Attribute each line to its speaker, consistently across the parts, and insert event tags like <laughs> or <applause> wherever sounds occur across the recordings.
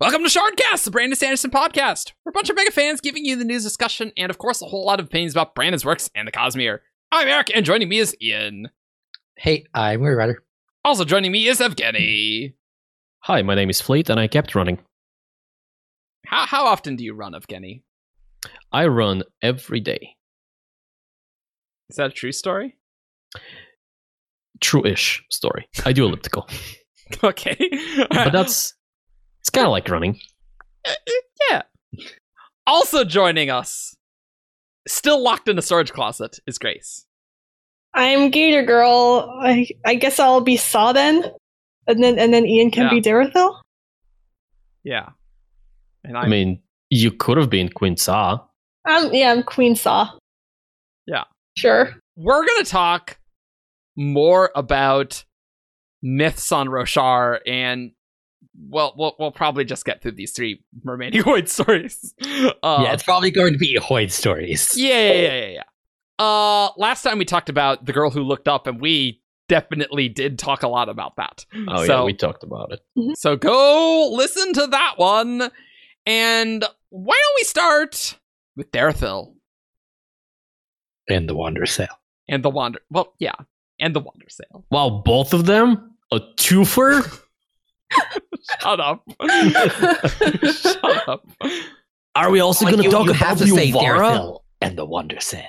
Speaker 1: Welcome to Shardcast, the Brandon Sanderson podcast. We're a bunch of mega fans giving you the news discussion and, of course, a whole lot of opinions about Brandon's works and the Cosmere. I'm Eric, and joining me is Ian.
Speaker 2: Hey, I'm Weird Rider.
Speaker 1: Also joining me is Evgeny.
Speaker 3: Hi, my name is Fleet, and I kept running.
Speaker 1: How, how often do you run, Evgeny?
Speaker 3: I run every day.
Speaker 1: Is that a true story? <laughs>
Speaker 3: True ish story. I do elliptical.
Speaker 2: <laughs>
Speaker 1: okay.
Speaker 3: but that's. It's kind of like running.
Speaker 1: yeah. <laughs> Also joining us, still locked in a storage closet, is Grace.
Speaker 4: I'm Gator Girl. I I guess I'll be Saw then, and then and then Ian can
Speaker 1: Yeah.
Speaker 4: be Darathil.
Speaker 1: Yeah. And
Speaker 3: I
Speaker 1: I'm
Speaker 3: mean, you could have been Queen Sa.
Speaker 4: Um, yeah, I'm Queen Saw.
Speaker 1: Yeah.
Speaker 4: sure.
Speaker 1: we're going to talk more about myths on Roshar and well, we'll we'll probably just get through these three <laughs> remaining Hoid stories. <laughs> Uh,
Speaker 2: yeah, it's probably going to be Hoid stories. <laughs>
Speaker 1: yeah, yeah, yeah, yeah, yeah. Uh, last time we talked about the girl who looked up, and we definitely did talk a lot about that.
Speaker 3: Oh, yeah,
Speaker 1: So-
Speaker 3: we talked about it.
Speaker 1: So go listen to that one. And why don't we start with Darathil
Speaker 2: And the Wander Sale.
Speaker 1: and the Wander? Well, yeah, and the Wander Sale.
Speaker 3: Wow, both of them? A twofer?
Speaker 1: <laughs> Shut up. <laughs> Shut up.
Speaker 3: Are we also going to talk about Yuvara?
Speaker 2: Darethil and the Wander Sale.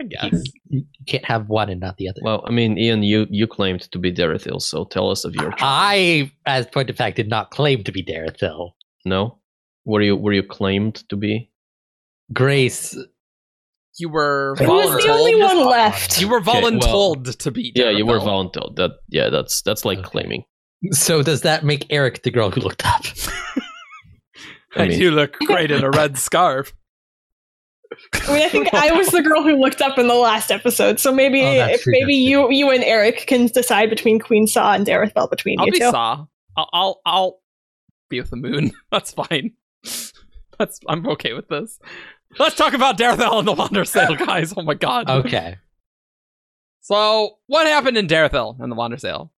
Speaker 1: I guess.
Speaker 2: You can't have one and not the other.
Speaker 3: Well, I mean, Ian, you, you claimed to be Darethil, so tell us of
Speaker 2: Uh,
Speaker 3: your. Ch-
Speaker 2: I, as point of fact, did not claim to be Darathil.
Speaker 3: no? Were you, were you claimed to be?
Speaker 2: Grace,
Speaker 1: You were
Speaker 4: Who was the
Speaker 1: voluntold.
Speaker 4: only one left?
Speaker 1: You were
Speaker 3: Okay, well-
Speaker 1: voluntold to be.
Speaker 3: Yeah, you were
Speaker 1: Darathil.
Speaker 3: voluntold. That yeah, that's that's like
Speaker 2: Okay.
Speaker 3: claiming.
Speaker 2: so does that make Eric the girl who looked up?
Speaker 3: I
Speaker 1: And
Speaker 3: mean-
Speaker 1: you look great in a red
Speaker 4: <laughs>
Speaker 1: scarf.
Speaker 4: I mean, I think I was the girl who looked up in the last episode, so maybe
Speaker 2: Oh, that's true,
Speaker 4: maybe
Speaker 2: that's
Speaker 4: you you and Eric can decide between Queen Saw and Darathil between
Speaker 1: I'll
Speaker 4: you
Speaker 1: be
Speaker 4: two.
Speaker 1: Saw. I'll, I'll I'll be with the moon. <laughs> That's fine. That's I'm okay with this. Let's talk about Darethel and the Wander
Speaker 4: <laughs>
Speaker 1: Sale, guys. Oh my god.
Speaker 2: Okay.
Speaker 1: So what happened in Darethel and the Wander Sale?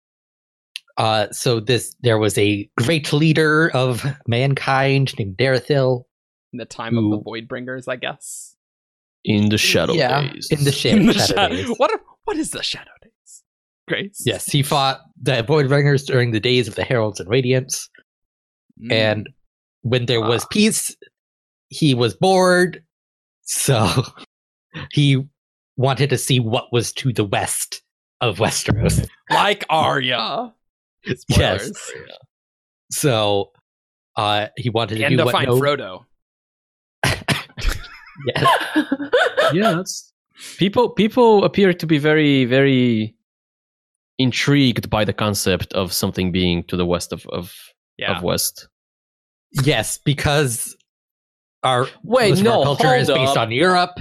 Speaker 2: Uh, so this there was a great leader of mankind named Darathil
Speaker 1: In the time of
Speaker 2: Ooh.
Speaker 1: the Voidbringers, I guess.
Speaker 3: In the shadow
Speaker 2: yeah,
Speaker 3: days. <laughs>
Speaker 2: in the
Speaker 1: In
Speaker 2: shadow.
Speaker 1: the sha-
Speaker 2: days.
Speaker 1: What are, what is the Shadow Days? Grace.
Speaker 2: Yes, he fought the Voidbringers during the days of the Heralds and Radiance,
Speaker 1: Mm.
Speaker 2: and when there was peace, he was bored, so <laughs> he wanted to see what was to the west
Speaker 1: <laughs>
Speaker 2: of Westeros.
Speaker 1: like Arya. Spoilers.
Speaker 2: So uh, he wanted to
Speaker 1: And
Speaker 2: do
Speaker 1: to
Speaker 2: what
Speaker 1: find
Speaker 2: no-
Speaker 1: Frodo.
Speaker 2: Yes.
Speaker 3: <laughs> yeah, that's people people appear to be very very intrigued by the concept of something being to the west of of,
Speaker 1: Yeah.
Speaker 3: of west.
Speaker 2: yes, because
Speaker 1: <laughs>
Speaker 2: our
Speaker 3: Wait,
Speaker 2: most of our culture is based on Europe,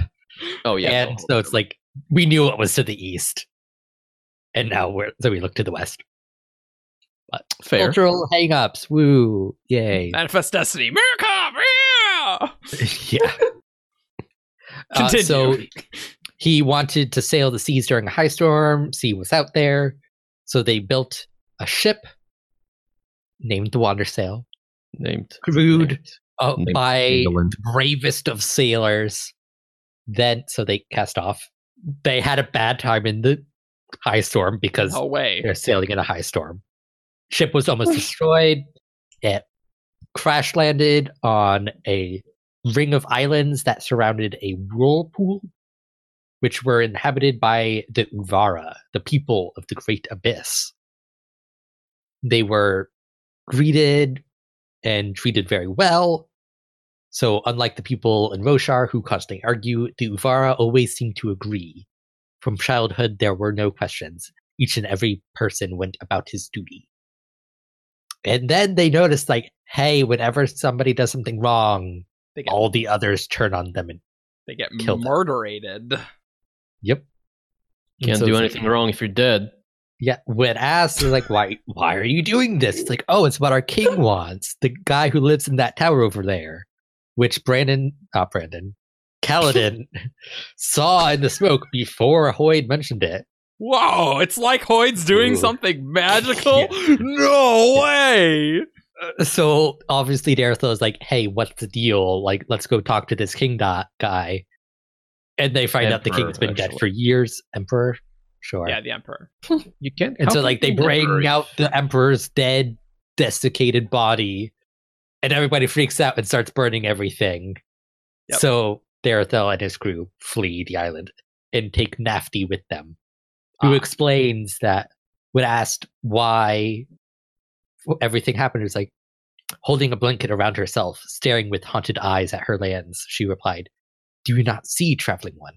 Speaker 3: Oh yeah.
Speaker 2: and so it's like we knew what was to the east, and now we're so we look to the west.
Speaker 3: fair.
Speaker 2: Cultural hang-ups. Woo.
Speaker 1: <laughs>
Speaker 2: Yay. <laughs>
Speaker 1: Manifest Destiny. America! Yeah!
Speaker 2: yeah. Uh,
Speaker 1: Continue.
Speaker 2: so he wanted to sail the seas during a high storm, see what's out there. So they built a ship named the Wandersail,
Speaker 3: Named
Speaker 2: crewed uh,
Speaker 3: Named
Speaker 2: by
Speaker 3: England.
Speaker 2: the bravest of sailors. Then, so they cast off. They had a bad time in the high storm because
Speaker 1: no way.
Speaker 2: they're sailing in a high storm. Ship was almost destroyed. It crash landed on a ring of islands that surrounded a whirlpool, which were inhabited by the Uvara, the people of the Great Abyss. They were greeted and treated very well. So, unlike the people in Roshar who constantly argue, the Uvara always seem to agree. From childhood, there were no questions each and every person went about his duty. And then they noticed, like, hey, whenever somebody does something wrong,
Speaker 1: They get,
Speaker 2: all the others turn on them. And
Speaker 1: they get
Speaker 2: killed.
Speaker 1: murderated.
Speaker 2: yep, And
Speaker 3: Can't
Speaker 2: so
Speaker 3: do
Speaker 2: it's
Speaker 3: anything
Speaker 2: Like,
Speaker 3: wrong if you're dead.
Speaker 2: yeah, when asked, they're like, why, why are you doing this? It's like, oh, it's what
Speaker 1: <laughs>
Speaker 2: our king wants. The guy who lives in that tower over there, which Brandon, not Brandon, Kaladin <laughs> saw in the smoke before Hoyd mentioned it. <laughs>
Speaker 1: Whoa, it's like Hoyd's doing
Speaker 2: Ooh.
Speaker 1: something magical? No way!
Speaker 2: so obviously Darethil is like, "Hey, what's the deal? Like, let's go talk to this king dot guy." And they find out the
Speaker 3: Emperor,
Speaker 2: king's been dead
Speaker 3: actually.
Speaker 2: for years. Emperor, sure.
Speaker 1: Yeah, the emperor.
Speaker 3: You can't.
Speaker 2: and
Speaker 3: how
Speaker 2: so
Speaker 3: can
Speaker 2: like
Speaker 3: you
Speaker 2: they bring
Speaker 3: remember?
Speaker 2: out the emperor's dead, desiccated body, and everybody freaks out and starts burning everything.
Speaker 1: Yep.
Speaker 2: So Darethil and his crew flee the island and take Nafti with them, who
Speaker 1: Ah.
Speaker 2: explains that when asked why everything happened, it was like holding a blanket around herself, staring with haunted eyes at her lands. She replied, "Do you not see, traveling one?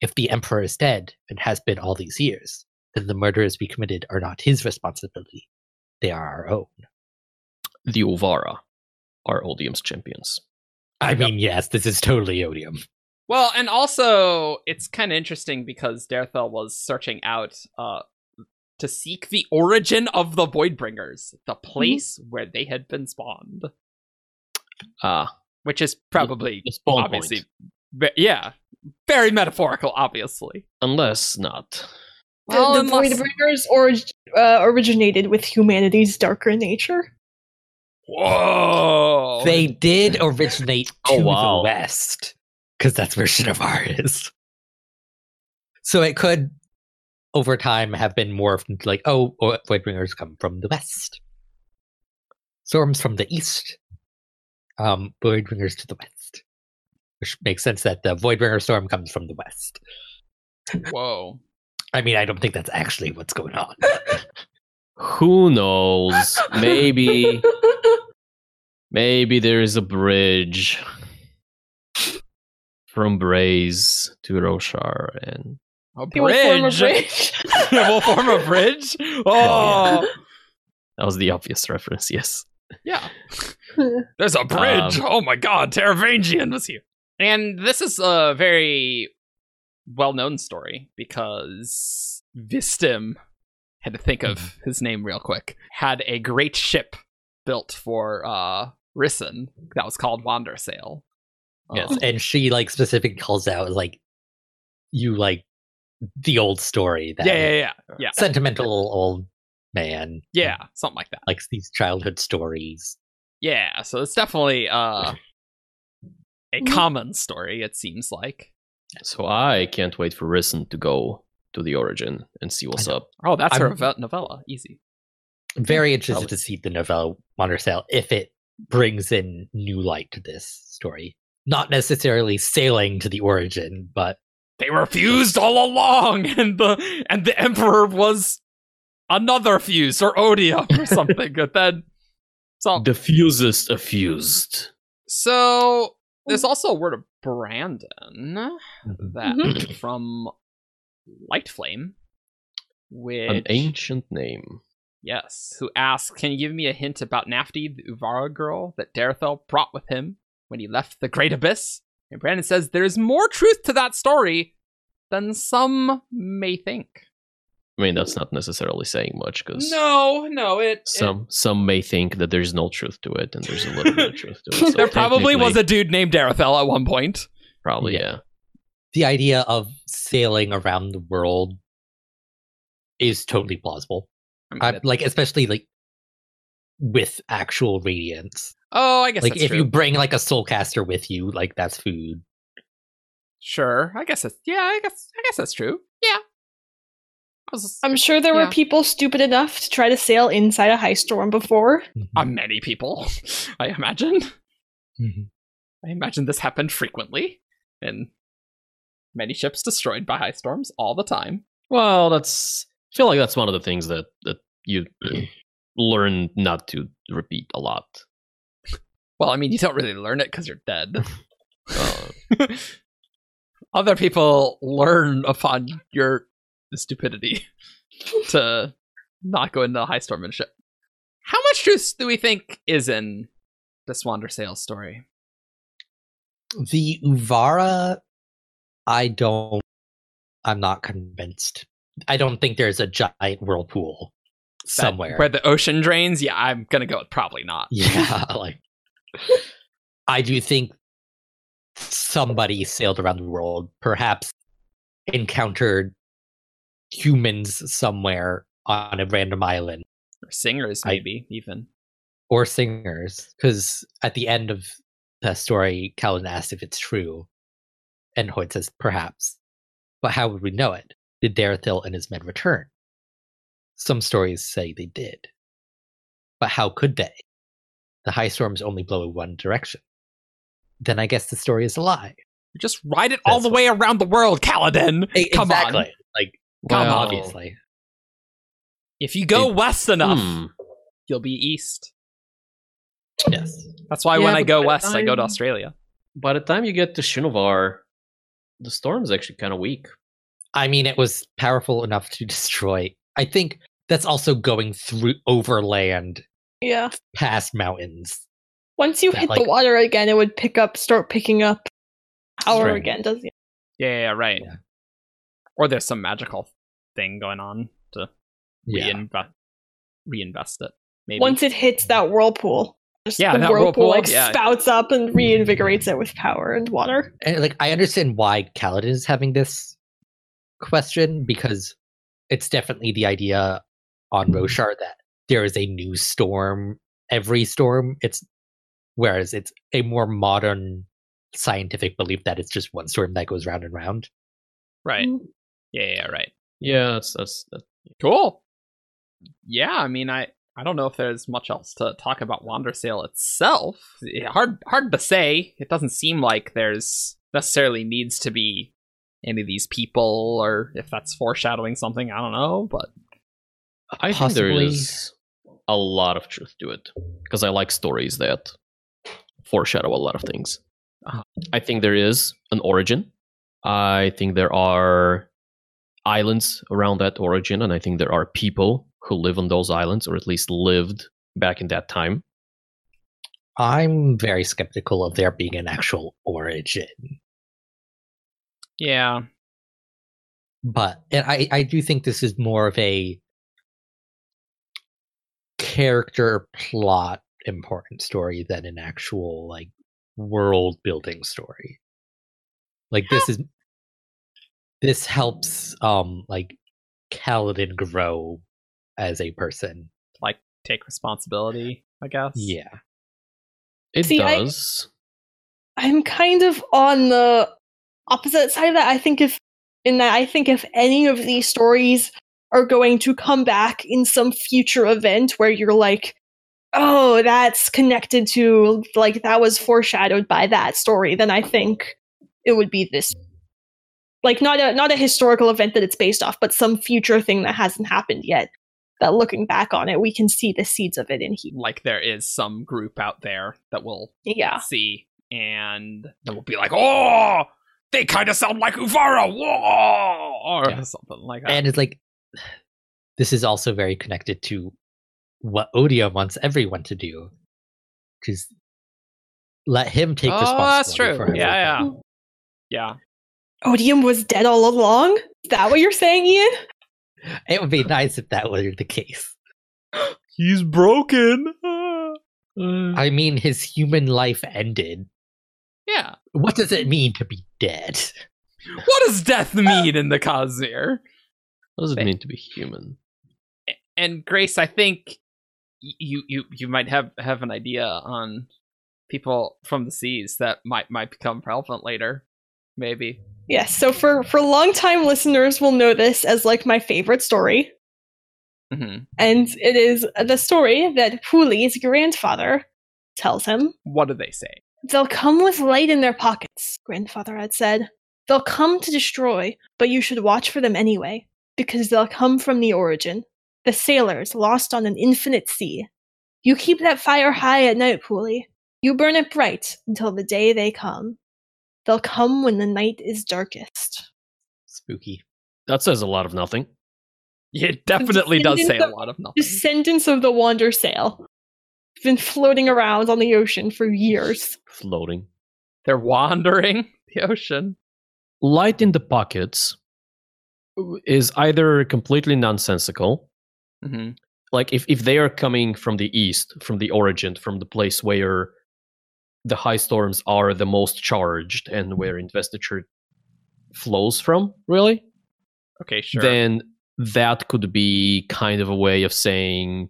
Speaker 2: If the emperor is dead and has been all these years, then the murders we committed are not his responsibility; they are our own."
Speaker 3: the Uvara are Odium's champions.
Speaker 2: I mean, yes, this is totally odium.
Speaker 1: Well, and also it's kind of interesting because Darethel was searching out uh, to seek the origin of the Voidbringers, the
Speaker 2: Mm-hmm.
Speaker 1: place where they had been spawned,
Speaker 3: Ah,
Speaker 1: which is probably
Speaker 3: the spawn
Speaker 1: obviously,
Speaker 3: point.
Speaker 1: ve- yeah, very metaphorical, obviously.
Speaker 3: Unless not.
Speaker 4: <laughs> The,
Speaker 1: Well,
Speaker 4: the
Speaker 1: unless-
Speaker 4: Voidbringers orig- uh, originated with humanity's darker nature.
Speaker 1: Whoa!
Speaker 2: They did originate to
Speaker 3: Oh, wow.
Speaker 2: the west because that's where Shinovar is. So it could, over time, have been morphed into like, oh, Vo- Voidbringers come from the west, Storms from the east, um, Voidbringers to the west, which makes sense that the Voidbringer storm comes from the west.
Speaker 1: Whoa!
Speaker 2: I mean, I don't think that's actually what's going on.
Speaker 3: Who knows?
Speaker 4: <laughs>
Speaker 2: <laughs>
Speaker 3: Maybe, maybe there is a bridge from Braze to Roshar, and
Speaker 1: A
Speaker 4: They will form a
Speaker 1: bridge. <laughs> It will form a bridge. Oh,
Speaker 3: that was the obvious <laughs> reference. Yes,
Speaker 1: yeah. There's a bridge. oh my god, Teravangian was here. And this is a very well known story because Vistim had to think of his name real quick. Had a great ship built for uh Rissen that was called Wander Sail.
Speaker 2: Yes,
Speaker 1: Um,
Speaker 2: and she like specifically calls out like you like the old story that
Speaker 1: yeah, yeah, yeah, yeah.
Speaker 2: sentimental old man
Speaker 1: Yeah, something like that.
Speaker 2: likes these childhood stories.
Speaker 1: Yeah, so it's definitely uh a
Speaker 4: Mhm.
Speaker 1: common story, it seems like.
Speaker 3: so I can't wait for Risen to go to the origin and see what's
Speaker 2: I know.
Speaker 3: up.
Speaker 1: Oh, that's her
Speaker 2: I'm-
Speaker 1: ove- novella. Easy. Mm-hmm.
Speaker 2: I'm very interested
Speaker 3: Probably.
Speaker 2: to see the novella Wander Sail if it brings in new light to this story. Not necessarily sailing to the origin, but
Speaker 1: they refused all along <laughs> and the and the emperor was another fuse or odium <laughs> or something but then so,
Speaker 3: The fusest effused.
Speaker 1: so there's also a word of brandon
Speaker 3: Mm-hmm.
Speaker 1: that from light flame
Speaker 3: An
Speaker 1: which
Speaker 3: ancient name.
Speaker 1: yes who asks can you give me a hint about nafti the uvara girl that darethel brought with him when he left the great abyss and brandon says there's more truth to that story than some may think
Speaker 3: I mean, that's not necessarily saying much because
Speaker 1: No, no, it. it-
Speaker 3: some some may think that there's no truth to it, and there's a little bit of truth to
Speaker 1: <laughs>
Speaker 3: it. So
Speaker 1: there probably was
Speaker 3: technically,
Speaker 1: a dude named Darethel at one point.
Speaker 3: probably
Speaker 2: Yeah.
Speaker 3: yeah.
Speaker 2: the idea of sailing around the world is totally plausible.
Speaker 1: I mean,
Speaker 2: I,
Speaker 1: that-
Speaker 2: like especially like with actual radiance.
Speaker 1: oh, I guess
Speaker 2: Like
Speaker 1: that's
Speaker 2: if
Speaker 1: true.
Speaker 2: you bring like a soulcaster with you, like that's food.
Speaker 1: Sure, I guess that's yeah. I guess I guess that's true. Yeah. I was,
Speaker 4: I'm sure there
Speaker 1: Yeah.
Speaker 4: were people stupid enough to try to sail inside a high storm before.
Speaker 2: Mm-hmm.
Speaker 1: uh, many people, <laughs> I imagine.
Speaker 2: Mhm.
Speaker 1: I imagine this happened frequently, and many ships destroyed by high storms all the time.
Speaker 3: Well, that's I feel like that's one of the things that that you learn not to repeat a lot.
Speaker 1: Well, I mean, you don't really learn it because you're
Speaker 2: <laughs>
Speaker 1: dead. <laughs>
Speaker 3: Uh,
Speaker 1: Other people learn upon your stupidity <laughs> to not go into a high storm and ship. How much truth do we think is in this Wander Sales story?
Speaker 2: The Uvara, I don't. I'm not convinced. I don't think there's a giant whirlpool
Speaker 1: That-
Speaker 2: somewhere.
Speaker 1: where the ocean drains? Yeah, I'm gonna go with probably not.
Speaker 2: <laughs> yeah, like I do think somebody sailed around the world, perhaps encountered humans somewhere on a random island.
Speaker 1: Or <laughs> singers,
Speaker 2: I-
Speaker 1: maybe even.
Speaker 2: or singers, because at the end of the story, Calvin asks if it's true, and Hoyt says perhaps. But how would we know it? Did Darathil and his men return? Some stories say they did. But how could they? The high storms only blow in one direction. Then I guess the story is a lie.
Speaker 1: Just ride it all
Speaker 2: That's
Speaker 1: the way around the world, Kaladin.
Speaker 2: E-
Speaker 1: Come on.
Speaker 2: exactly. Like,
Speaker 1: Come
Speaker 3: Well,
Speaker 1: on.
Speaker 2: obviously.
Speaker 1: If you go
Speaker 3: It-
Speaker 1: west enough,
Speaker 3: Hmm.
Speaker 1: you'll be east.
Speaker 2: Yes.
Speaker 1: That's why
Speaker 3: Yeah,
Speaker 1: when I
Speaker 3: but
Speaker 1: go
Speaker 3: by the
Speaker 1: west, I go to
Speaker 3: time-
Speaker 1: Australia.
Speaker 3: By the time you get to Shinovar, the storm's actually kind of weak.
Speaker 2: I mean, it was powerful enough to <laughs> destroy. I think that's also going through overland
Speaker 4: Yeah.
Speaker 2: past mountains.
Speaker 4: Once you
Speaker 2: That,
Speaker 4: hit the
Speaker 2: like-
Speaker 4: water again, it would pick up, start picking up power
Speaker 2: Right.
Speaker 4: again, doesn't it?
Speaker 1: Yeah, yeah, yeah, right.
Speaker 2: Yeah.
Speaker 1: Or there's some magical thing going on to
Speaker 2: Yeah.
Speaker 1: reinvest, reinvest it. Maybe.
Speaker 4: Once it hits that whirlpool, just
Speaker 1: Yeah,
Speaker 4: the
Speaker 1: that
Speaker 4: whirlpool,
Speaker 1: whirlpool,
Speaker 4: like
Speaker 1: yeah.
Speaker 4: spouts up and reinvigorates it with power and water.
Speaker 2: And, like I understand why Kaladin is having this question because it's definitely the idea on Roshar that there is a new storm every storm. It's whereas it's a more modern scientific belief that it's just one storm that goes round and round.
Speaker 1: Right. Yeah, yeah, yeah, right.
Speaker 3: Yeah, that's that's. That.
Speaker 1: Cool. Yeah, I mean, I I don't know if there's much else to talk about Wandersail itself. Yeah, Hard hard to say. It doesn't seem like there's necessarily needs to be any of these people, or if that's foreshadowing something, I don't know. But
Speaker 3: I think there is a lot of truth to it because I like stories that foreshadow a lot of things. I think there is an origin. I think there are islands around that origin, and I think there are people who live on those islands, or at least lived back in that time.
Speaker 2: I'm very skeptical of there being an actual origin.
Speaker 1: yeah,
Speaker 2: but and I I do think this is more of a character plot important story than an actual like world building story. Like this is this helps um like Kaladin grow as a person.
Speaker 1: take responsibility, I guess.
Speaker 2: Yeah.
Speaker 3: It
Speaker 4: See, I-
Speaker 3: does.
Speaker 4: I'm kind of on the opposite side of that. I think if in that I think if any of these stories are going to come back in some future event where you're like, oh, that's connected to like that was foreshadowed by that story, then I think it would be this like not a not a historical event that it's based off, but some future thing that hasn't happened yet. That looking back on it, we can see the seeds of it in here.
Speaker 1: Like there is some group out there that will
Speaker 4: Yeah.
Speaker 1: see and that will be like, oh, they kind of sound like Uvara, whoa, or
Speaker 2: Yeah.
Speaker 1: something like that.
Speaker 2: And it's like <sighs> this is also very connected to what Odia wants everyone to do. Because let him take
Speaker 1: Oh,
Speaker 2: responsibility.
Speaker 1: that's true.
Speaker 2: For
Speaker 1: Yeah,
Speaker 2: everything.
Speaker 1: yeah. yeah.
Speaker 4: Odium was dead all along? Is that what you're saying, Ian?
Speaker 2: It would be nice if that were the case.
Speaker 1: He's broken. Mm.
Speaker 2: I mean, his human life ended.
Speaker 1: yeah.
Speaker 2: What does it mean to be dead?
Speaker 1: What does
Speaker 2: <laughs>
Speaker 1: death mean in the Kazir?
Speaker 3: What does it
Speaker 1: They-
Speaker 3: mean to be human?
Speaker 1: And Grace, I think y- you you you might have have an idea on people from the seas that might might become relevant later. Maybe.
Speaker 4: Yes. So for for longtime listeners will know this as like my favorite story,
Speaker 1: hmm
Speaker 4: and it is the story that Pooley's grandfather tells him.
Speaker 1: What do they say? <laughs>
Speaker 4: They'll come with light in their pockets, grandfather had said. They'll come to destroy, but you should watch for them anyway, because they'll come from the origin. The sailors lost on an infinite sea. You keep that fire high at night, Pooley. You burn it bright until the day they come. They'll come when the night is darkest.
Speaker 2: Spooky.
Speaker 3: That says a lot of nothing.
Speaker 1: It definitely does say a
Speaker 4: Descendants
Speaker 1: lot of nothing.
Speaker 4: Descendants of the Wander Sail. Been floating around on the ocean for years.
Speaker 3: Floating.
Speaker 1: <laughs> They're wandering <laughs> the ocean.
Speaker 3: light in the pockets is either completely nonsensical
Speaker 1: hmm
Speaker 3: like if, if they are coming from the east from the origin from the place where the high storms are the most charged and where investiture flows from really
Speaker 1: Okay, sure.
Speaker 3: then that could be kind of a way of saying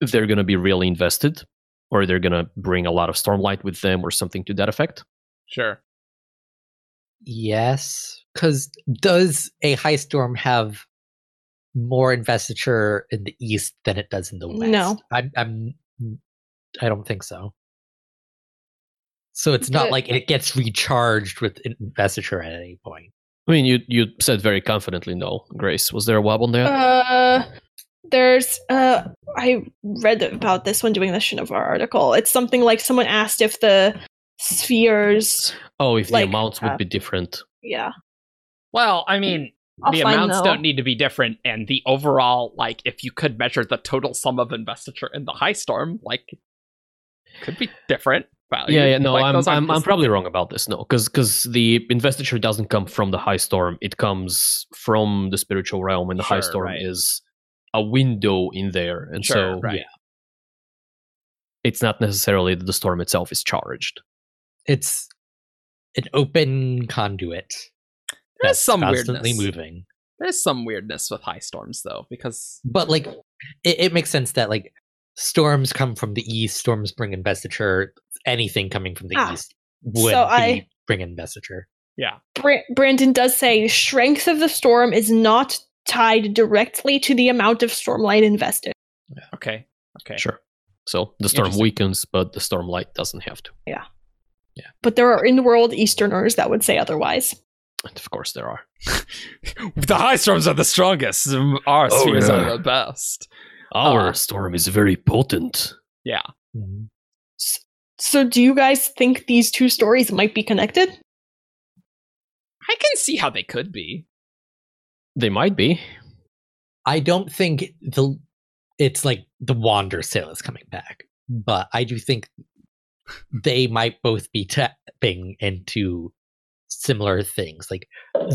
Speaker 3: if they're going to be really invested or they're going to bring a lot of stormlight with them or something to that effect.
Speaker 1: Sure.
Speaker 2: Yes. Because does a high storm have more investiture in the east than it does in the west?
Speaker 4: No.
Speaker 2: I, I'm. mm, I don't think so. So it's not
Speaker 4: The-
Speaker 2: like it gets recharged with investiture at any point.
Speaker 3: I mean, you you said very confidently no, Grace. Was there a wobble there?
Speaker 4: Uh, there's uh, I read about this when doing the Shinovar article. It's something like someone asked if the spheres.
Speaker 3: oh, if
Speaker 4: like,
Speaker 3: the amounts would
Speaker 4: uh,
Speaker 3: be different.
Speaker 4: Yeah,
Speaker 1: Well, I mean,
Speaker 4: I'll
Speaker 1: the
Speaker 4: find
Speaker 1: amounts
Speaker 4: though.
Speaker 1: don't need to be different, and the overall, like, if you could measure the total sum of investiture in the high storm, like, could be different. value.
Speaker 3: Yeah, yeah, no,
Speaker 1: Like,
Speaker 3: I'm,
Speaker 1: those aren't
Speaker 3: I'm, I'm
Speaker 1: just-
Speaker 3: probably wrong about this. No, because the investiture doesn't come from the high storm; it comes from the spiritual realm, and the high
Speaker 1: Sure,
Speaker 3: storm
Speaker 1: right.
Speaker 3: is a window in there, and
Speaker 1: Sure,
Speaker 3: so
Speaker 1: right.
Speaker 3: yeah, it's not necessarily that the storm itself is charged.
Speaker 2: It's an open conduit
Speaker 1: There's
Speaker 2: that's
Speaker 1: some
Speaker 2: constantly
Speaker 1: weirdness.
Speaker 2: moving.
Speaker 1: There's some weirdness with high storms, though, because
Speaker 2: but like it, it makes sense that like storms come from the east storms bring investiture anything coming from the
Speaker 4: Ah,
Speaker 2: east would
Speaker 4: so
Speaker 2: be-
Speaker 4: I-
Speaker 2: bring investiture
Speaker 4: Bra- Brandon does say strength of the storm is not tied directly to the amount of stormlight invested.
Speaker 1: okay, okay,
Speaker 3: Sure. So the storm
Speaker 1: Interesting.
Speaker 3: weakens, but the storm light doesn't have to.
Speaker 4: But there are in the world Easterners that would say otherwise.
Speaker 3: And of course, there are.
Speaker 1: <laughs> the high storms are the strongest. um, Our
Speaker 3: Oh,
Speaker 1: spheres
Speaker 3: yeah.
Speaker 1: are the best.
Speaker 3: Our
Speaker 1: Uh,
Speaker 3: storm is very potent.
Speaker 2: Mm-hmm.
Speaker 4: So, do you guys think these two stories might be connected?
Speaker 1: I can see how they could be.
Speaker 3: They might be.
Speaker 2: i don't think the it's like the wander sale is coming back but i do think they might both be tapping into similar things like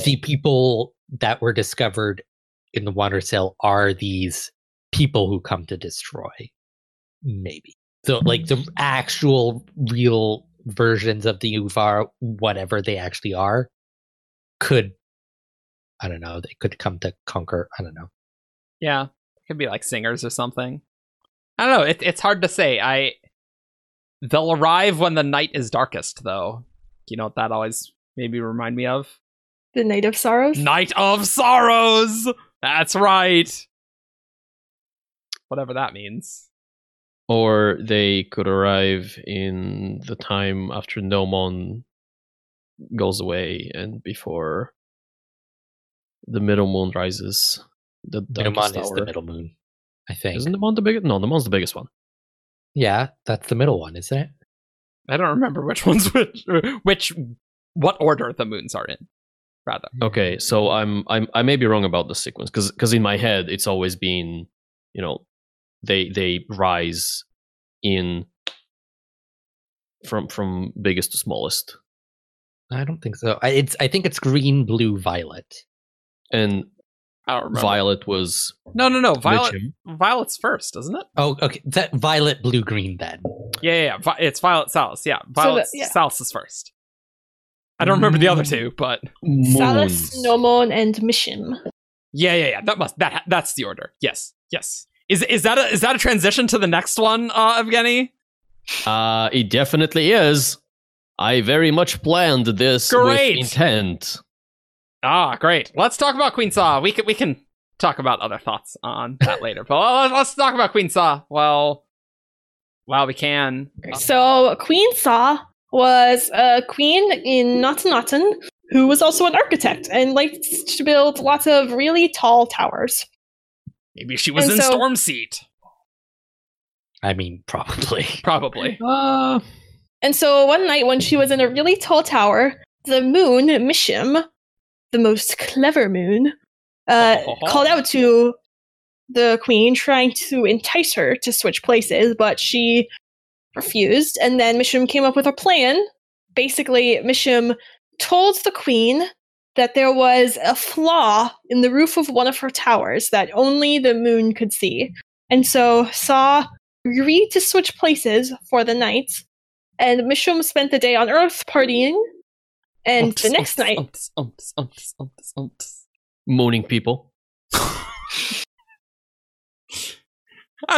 Speaker 2: the people that were discovered in the wander sale are these people who come to destroy maybe so like the actual real versions of the uvar whatever they actually are could i don't know they could come to conquer i don't know
Speaker 1: Yeah, it could be like singers or something. I don't know. It, it's hard to say. I they'll arrive when the night is darkest, though. You know what that always maybe remind me of?
Speaker 4: The Night of Sorrows?
Speaker 1: Night of Sorrows. That's right. Whatever that means.
Speaker 3: Or they could arrive in the time after Nomon goes away and before the middle moon rises. The darkest
Speaker 2: Nomon is the
Speaker 3: hour.
Speaker 2: middle Mm-hmm. moon, I think.
Speaker 3: Isn't Nomon the biggest? No, Nomon's the biggest one.
Speaker 2: yeah, that's the middle one, isn't it?
Speaker 1: I don't remember which ones which which what order the moons are in. Rather,
Speaker 3: Okay, so I'm I'm I may be wrong about the sequence because in my head it's always been, you know, they they rise in from from biggest to smallest.
Speaker 2: I don't think so. I, it's I think it's green, blue, violet.
Speaker 3: And
Speaker 1: I don't remember.
Speaker 3: Violet was
Speaker 1: No, no, no. Violet.
Speaker 3: Mitchum.
Speaker 1: Violet's first, isn't it?
Speaker 2: Oh, okay. That violet, blue, green. Then
Speaker 1: Yeah, yeah, yeah. Vi- it's Violet Salas. Yeah, Violet
Speaker 4: yeah.
Speaker 1: Salas is first. I don't remember the other two, but
Speaker 4: Salas,
Speaker 3: Moons.
Speaker 4: Nomon, and Mishim.
Speaker 1: yeah, yeah, yeah. That must that that's the order. Yes, yes. Is is that a is that a transition to the next one, uh, Evgeny?
Speaker 3: Uh, it definitely is. I very much planned this
Speaker 1: Great.
Speaker 3: with intent.
Speaker 1: Ah, great. Let's talk about Queen Saw. We can we can talk about other thoughts on <laughs> that later. But let's, let's talk about Queen Saw. Well, well, we can. Uh,
Speaker 4: So Queen Saw was a queen in Natanatan who was also an architect and liked to build lots of really tall towers.
Speaker 1: Maybe she was
Speaker 4: And
Speaker 1: in
Speaker 4: so-
Speaker 1: Storm Seat.
Speaker 2: I mean <laughs> probably.
Speaker 1: Probably.
Speaker 3: Uh,
Speaker 4: And so one night when she was in a really tall tower, the moon, Mishim, the most clever moon, uh, called out to the queen, trying to entice her to switch places, but she refused. And then Mishim came up with a plan. Basically, Mishim told the queen that there was a flaw in the roof of one of her towers that only the moon could see. And so Saw agreed to switch places for the night. And Mishum spent the day on Earth partying. And the
Speaker 1: Umps,
Speaker 4: next
Speaker 1: umps,
Speaker 4: night,
Speaker 1: umps, umps, umps, umps, umps.
Speaker 3: mooning people.
Speaker 1: I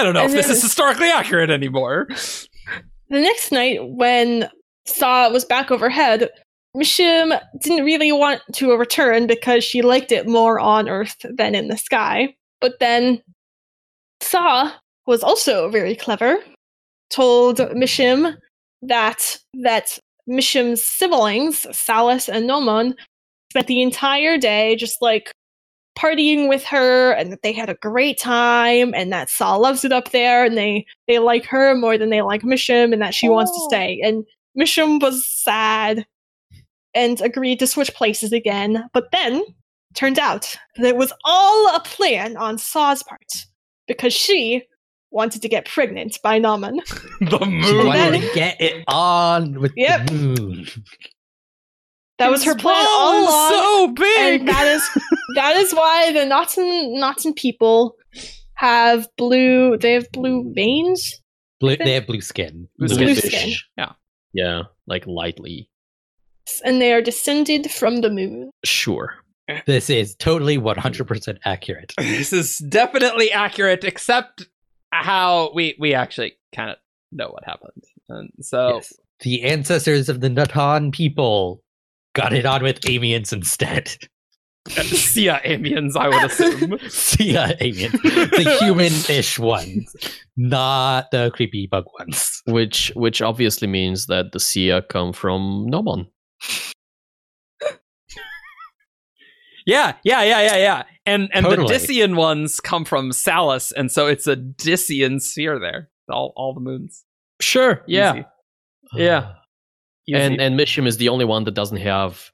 Speaker 1: don't know
Speaker 4: And
Speaker 1: if this
Speaker 4: then-
Speaker 1: is historically accurate anymore.
Speaker 4: The next night, when Saw was back overhead, Mishim didn't really want to return because she liked it more on Earth than in the sky. But then Saw was also very clever, told Mishim that that Mishim's siblings, Salas and Nomon, spent the entire day just like partying with her and that they had a great time and that Saw loves it up there and they they like her more than they like Mishim and that she wants to
Speaker 5: Oh.
Speaker 4: stay. And Mishim was sad and agreed to switch places again. But then turned out that it was all a plan on Saw's part because she wanted to get pregnant by Naman.
Speaker 1: <laughs> the
Speaker 2: She
Speaker 1: moon.
Speaker 2: wanted
Speaker 4: That-
Speaker 2: to get it on with
Speaker 4: Yep.
Speaker 2: the moon.
Speaker 4: That was her plan all along.
Speaker 1: So
Speaker 4: and
Speaker 1: big.
Speaker 4: that is
Speaker 1: <laughs>
Speaker 4: that is why the Notton Notton people have blue they have blue veins.
Speaker 2: Blue, they have blue skin.
Speaker 1: Blue skin.
Speaker 4: Blue
Speaker 3: Bluish.
Speaker 4: skin.
Speaker 1: Yeah.
Speaker 3: Yeah, like lightly.
Speaker 4: And they are descended from the moon. <laughs>
Speaker 3: Sure.
Speaker 2: This is totally 100% accurate.
Speaker 1: this is definitely accurate, except how we we actually kind of know what happened. And so
Speaker 2: Yes. The ancestors of the Natan people got it on with Amiens instead.
Speaker 1: <laughs> Sia Amiens, I would assume.
Speaker 2: <laughs> See ya,
Speaker 3: <laughs>
Speaker 2: Amiens. the human-ish ones, not the creepy bug ones.
Speaker 3: Which which obviously means that the Sia come from Nomon.
Speaker 1: <laughs> yeah, yeah, yeah, yeah, yeah. And and
Speaker 2: Totally.
Speaker 1: the Dissian ones come from Salus, and so it's a Dissian sphere there. All all the moons.
Speaker 3: Sure. Yeah.
Speaker 1: Easy. Yeah. Easy.
Speaker 3: And and Mishim is the only one that doesn't have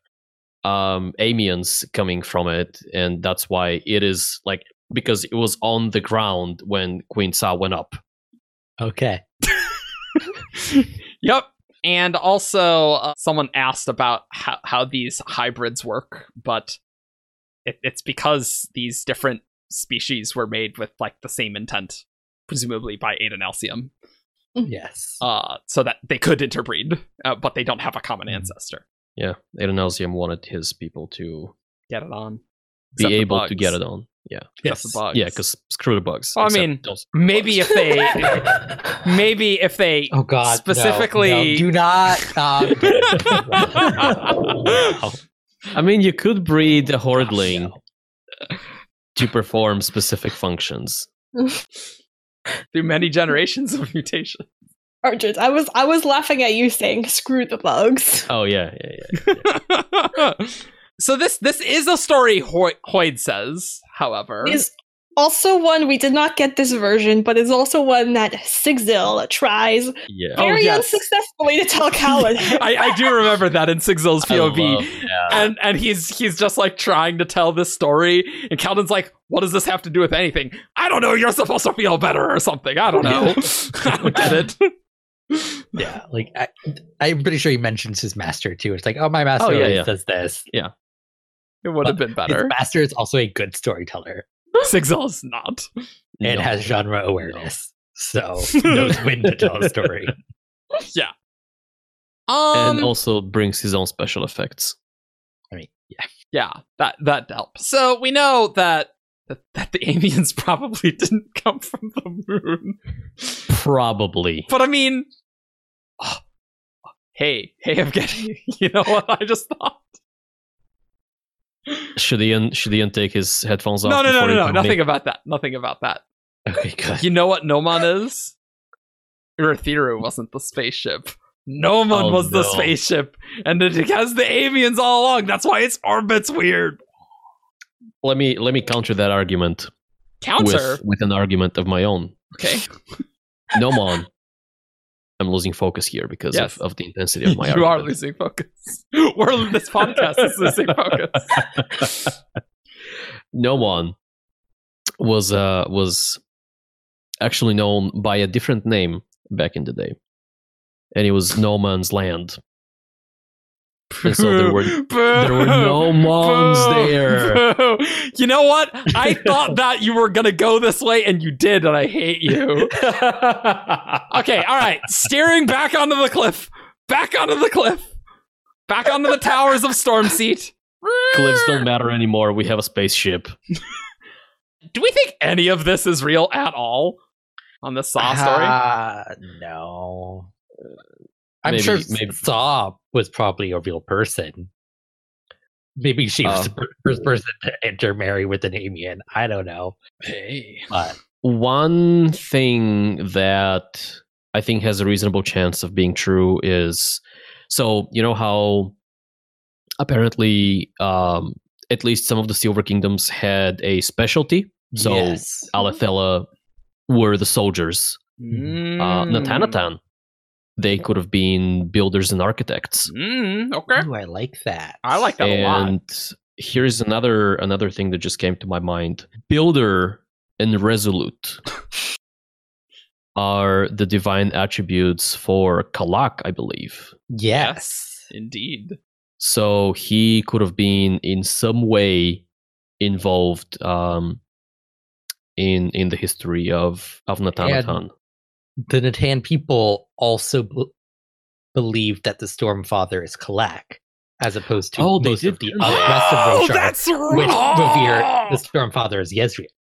Speaker 3: um Amiens coming from it, and that's why it is like because it was on the ground when Queen Sa went up.
Speaker 2: Uh, Okay.
Speaker 1: Yep. And also, uh, someone asked about how, how these hybrids work, but it, it's because these different species were made with like the same intent, presumably by Aiden Alcium,
Speaker 2: Yes.
Speaker 1: uh, so that they could interbreed, uh, but they don't have a common ancestor.
Speaker 3: Yeah. Adenalsium wanted his people to
Speaker 1: Get it on.
Speaker 3: be
Speaker 1: Except the
Speaker 3: able to
Speaker 1: bugs.
Speaker 3: get it on. Yeah.
Speaker 1: Except the bugs.
Speaker 3: Yeah, because screw the bugs.
Speaker 1: Well, I
Speaker 3: Except
Speaker 1: mean,
Speaker 3: those-
Speaker 1: maybe if they, maybe if they.
Speaker 2: Oh God! no, no,
Speaker 1: Specifically-
Speaker 2: do not. Um,
Speaker 3: <laughs>
Speaker 1: Wow.
Speaker 3: I mean, you could breed a hordling
Speaker 2: Gosh,
Speaker 3: to perform specific functions.
Speaker 1: Through many generations of mutation. <laughs>
Speaker 4: Arjun, I was I was laughing at you saying screw the bugs.
Speaker 3: Oh yeah, yeah, yeah.
Speaker 1: so this this is a story Hoy- Hoyd says, however.
Speaker 4: Is also one we did not get this version, but is also one that Sigzil tries
Speaker 3: yeah.
Speaker 1: <laughs> Oh,
Speaker 4: very
Speaker 1: yes.
Speaker 4: unsuccessfully
Speaker 1: <laughs>
Speaker 4: to tell Callan.
Speaker 1: I, I do remember that in Sigzil's
Speaker 3: I
Speaker 1: POV.
Speaker 3: love- yeah.
Speaker 1: and and he's he's just like trying to tell this story, and Calden's like, "What does this have to do with anything? I don't know. You're supposed to feel better or something. I don't know. I don't get it."
Speaker 2: yeah, like I, I'm pretty sure he mentions his master too. It's like, oh, my
Speaker 3: Oh,
Speaker 2: master
Speaker 3: yeah,
Speaker 2: always
Speaker 3: yeah.
Speaker 2: does this.
Speaker 1: <laughs> It would have been
Speaker 2: His
Speaker 1: better.
Speaker 2: master is also a good storyteller
Speaker 1: <laughs> Sigzil's not.
Speaker 2: and
Speaker 3: No.
Speaker 2: has genre awareness,
Speaker 3: <laughs>
Speaker 2: so knows when to tell a story.
Speaker 1: Um,
Speaker 3: and also brings his own special effects.
Speaker 2: I mean, yeah,
Speaker 1: yeah, that that helps. So we know that that, that the Amiens <laughs> probably didn't come from the moon.
Speaker 3: Probably.
Speaker 1: But I mean, oh, hey, hey, I'm getting. <laughs> You know what I just thought?
Speaker 3: Should Ian should Ian take his headphones off?
Speaker 1: no, no, no,
Speaker 3: before
Speaker 1: no,
Speaker 3: he
Speaker 1: no,
Speaker 3: can
Speaker 1: nothing
Speaker 3: make-
Speaker 1: about that. Nothing about that.
Speaker 2: okay, good.
Speaker 1: You know what Noman is? Urethiru wasn't the spaceship. Noman
Speaker 3: Oh,
Speaker 1: was the
Speaker 3: no.
Speaker 1: spaceship, and it has the Amiens all along. That's why its orbit's weird.
Speaker 3: Let me let me counter that argument
Speaker 1: Counter.
Speaker 3: with with an argument of my own. <laughs>
Speaker 1: okay. <laughs>
Speaker 3: Nomon. I'm losing focus here because
Speaker 1: Yes.
Speaker 3: of, of the intensity
Speaker 1: <laughs>
Speaker 3: of
Speaker 1: You
Speaker 3: my
Speaker 1: are
Speaker 3: argument.
Speaker 1: losing focus. We're this podcast is
Speaker 3: <laughs>
Speaker 1: losing focus.
Speaker 3: no one was uh was actually known by a different name back in the day and it was no man's land And so there were-
Speaker 1: Boo.
Speaker 3: there were no moms
Speaker 1: Boo.
Speaker 3: there
Speaker 1: Boo. You know what? I thought that you were gonna go this way, and you did, and I hate you. Okay, all right. Steering back onto the cliff. Back onto the cliff. Back onto the towers of Stormseat.
Speaker 3: cliffs don't matter anymore we have a spaceship
Speaker 1: Do we think any of this is real at all? on the Saw story?
Speaker 2: Ah, no. I'm
Speaker 3: Maybe-
Speaker 2: sure
Speaker 3: maybe-
Speaker 2: Saw was probably a real person. Maybe she was
Speaker 3: Oh.
Speaker 2: the per- first person to intermarry with an alien. I don't know.
Speaker 1: hey.
Speaker 2: But
Speaker 3: One thing that I think has a reasonable chance of being true is so you know how apparently um, at least some of the Silver Kingdoms had a specialty. So
Speaker 2: yes.
Speaker 3: Alethela were the soldiers. Uh,
Speaker 1: Mm.
Speaker 3: Natanatan, they could have been builders and architects.
Speaker 1: Mm, okay.
Speaker 2: Ooh, I like that.
Speaker 1: I like that a lot.
Speaker 3: and here's another another thing that just came to my mind builder and resolute are the divine attributes for kalak i believe
Speaker 2: Yes.
Speaker 1: Indeed.
Speaker 3: so he could have been in some way involved um in in the history of of natanatan
Speaker 2: The Natan people also b- believe that the Stormfather is Kalak, as opposed to
Speaker 3: Oh, they
Speaker 2: most of
Speaker 3: did
Speaker 2: the
Speaker 3: do
Speaker 2: other
Speaker 3: that.
Speaker 2: <gasps> rest of
Speaker 1: Oh,
Speaker 2: Roshar,
Speaker 1: that's
Speaker 2: which revere
Speaker 1: wrong!
Speaker 2: the Stormfather as Yezreel.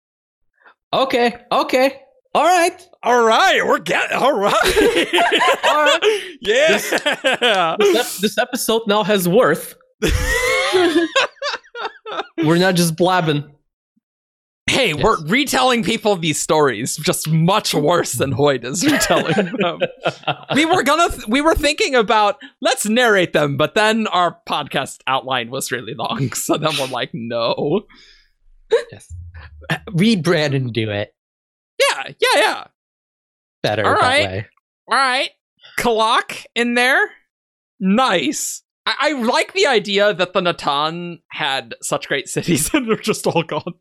Speaker 3: okay okay all right
Speaker 1: All right, we're getting all
Speaker 2: <laughs>
Speaker 1: right. <laughs>
Speaker 3: All
Speaker 1: Yeah.
Speaker 3: This- this, ep- this episode now has worth we're not
Speaker 1: <laughs>
Speaker 3: just blabbing
Speaker 1: hey, we're retelling people these stories, just much worse than Hoyt is retelling
Speaker 2: <laughs>
Speaker 1: them. we were gonna, th- we were thinking about let's narrate them, but then our podcast outline was really long, <laughs> so then we're like, no.
Speaker 2: Yes. Read Brandon do it
Speaker 1: Yeah, yeah, yeah.
Speaker 2: better
Speaker 1: All
Speaker 2: that
Speaker 1: right.
Speaker 2: way.
Speaker 1: All right. Kalak in there. Nice. I, I like the idea that the Natan had such great cities <laughs> and they're just all gone.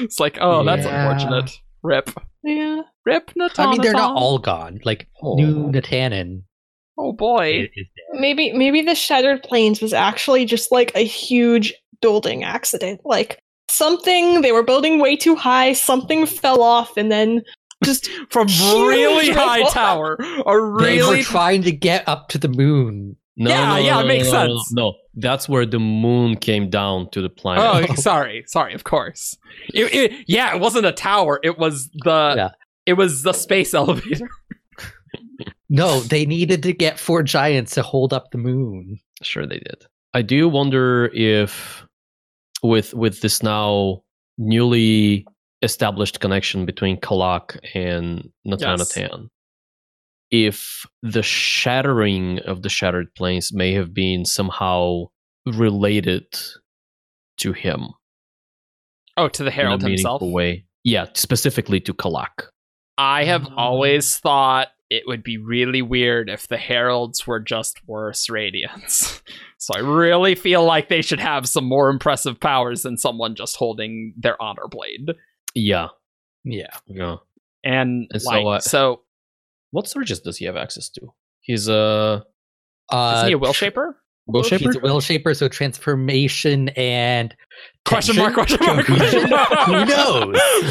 Speaker 1: it's like, oh, that's
Speaker 2: Yeah.
Speaker 1: unfortunate. Rip.
Speaker 4: <laughs> Yeah.
Speaker 1: Rip Natan.
Speaker 2: I mean, they're not
Speaker 1: Natan.
Speaker 2: all gone. Like new Natanin
Speaker 1: Oh, boy.
Speaker 2: is, is dead.
Speaker 4: Maybe maybe the Shattered Plains was actually just like a huge building accident. Like something they were building way too high, something fell off and then just
Speaker 1: From really
Speaker 4: Huge
Speaker 1: high
Speaker 4: rip-off.
Speaker 1: tower. A
Speaker 2: They
Speaker 1: really.
Speaker 2: were trying to get up to the moon.
Speaker 3: No,
Speaker 1: Yeah,
Speaker 3: no, no,
Speaker 1: yeah,
Speaker 3: no,
Speaker 1: it
Speaker 3: no,
Speaker 1: makes
Speaker 3: no, no,
Speaker 1: sense.
Speaker 3: No, that's where the moon came down to the
Speaker 1: oh,
Speaker 3: planet.
Speaker 1: sorry. Sorry, of course. It, it, yeah, it wasn't a tower. It was the.
Speaker 2: Yeah.
Speaker 1: It was the space <laughs> elevator.
Speaker 2: No, they needed to get four giants to hold up the moon.
Speaker 3: Sure, they did. I do wonder if, with with this now newly established connection between Kalak and Natanatan, if the shattering of the shattered planes may have been somehow related to him
Speaker 1: Oh, to the Herald
Speaker 3: in a
Speaker 1: himself.
Speaker 3: meaningful way. Yeah, specifically to Kalak.
Speaker 1: I have
Speaker 2: Mm.
Speaker 1: always thought it would be really weird if the heralds were just worse radiants. <laughs> so I really feel like they should have some more impressive powers than someone just holding their honor blade.
Speaker 3: Yeah,
Speaker 2: Yeah.
Speaker 3: yeah.
Speaker 1: And,
Speaker 3: And so
Speaker 1: like,
Speaker 3: what?
Speaker 1: so
Speaker 3: What surges does he have access to? He's a
Speaker 2: Uh,
Speaker 1: is he a will
Speaker 2: tr-
Speaker 1: shaper?
Speaker 3: will
Speaker 2: He's a
Speaker 3: shaper.
Speaker 2: will shaper, so transformation and
Speaker 1: Question mark?
Speaker 2: tension?
Speaker 1: Question mark? Question
Speaker 2: Confusion?
Speaker 1: mark?
Speaker 2: <laughs>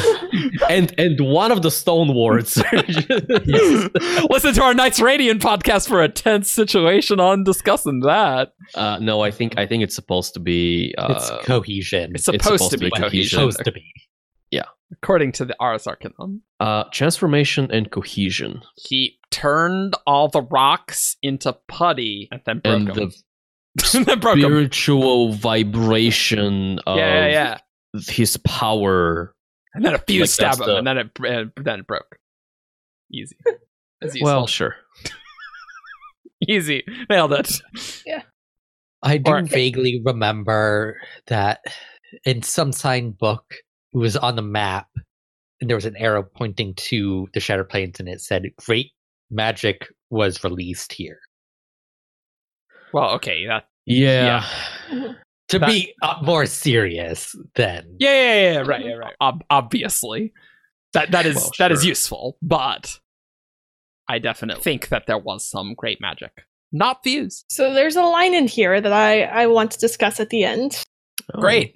Speaker 1: <laughs>
Speaker 2: Who knows?
Speaker 3: <laughs> and and one of the stone
Speaker 2: <laughs>
Speaker 3: wards. <laughs>
Speaker 1: <laughs> Listen to our Knights Radiant podcast for a tense situation on discussing that.
Speaker 3: uh, no, I think I think it's supposed to be.
Speaker 2: It's
Speaker 3: Uh,
Speaker 2: cohesion.
Speaker 1: It's
Speaker 2: It's
Speaker 1: supposed,
Speaker 3: supposed
Speaker 1: to
Speaker 3: to
Speaker 1: be
Speaker 3: be
Speaker 1: cohesion,
Speaker 3: cohesion.
Speaker 2: supposed to be.
Speaker 1: according to the Ars Arcanum.
Speaker 3: uh, transformation and cohesion,
Speaker 1: he turned all the rocks into putty and then broke
Speaker 3: and
Speaker 1: them.
Speaker 3: the
Speaker 1: <laughs> and then broke 'em.
Speaker 3: spiritual vibration of
Speaker 1: Yeah, yeah, yeah.
Speaker 3: his power.
Speaker 1: And then a few
Speaker 3: Like,
Speaker 1: stab
Speaker 3: that's
Speaker 1: him,
Speaker 3: the-
Speaker 1: and then it and then it broke. Easy. As usual.
Speaker 3: Well, sure.
Speaker 1: <laughs> easy. Nailed it.
Speaker 2: I do
Speaker 1: Or-
Speaker 2: vaguely remember that in some sign book, it was on the map, and there was an arrow pointing to the Shattered Plains, and it said, Great magic was released here.
Speaker 1: Well, okay. That,
Speaker 3: Yeah.
Speaker 2: To
Speaker 1: Mm-hmm. That-
Speaker 2: be uh, more serious than.
Speaker 1: yeah, yeah, yeah, yeah, Right, yeah, right. Ob- obviously, that that is
Speaker 3: Well,
Speaker 1: that is
Speaker 3: sure.
Speaker 1: useful, but I definitely think that there was some great magic. Not views.
Speaker 4: So there's a line in here that I, I want to discuss at the end.
Speaker 1: Great.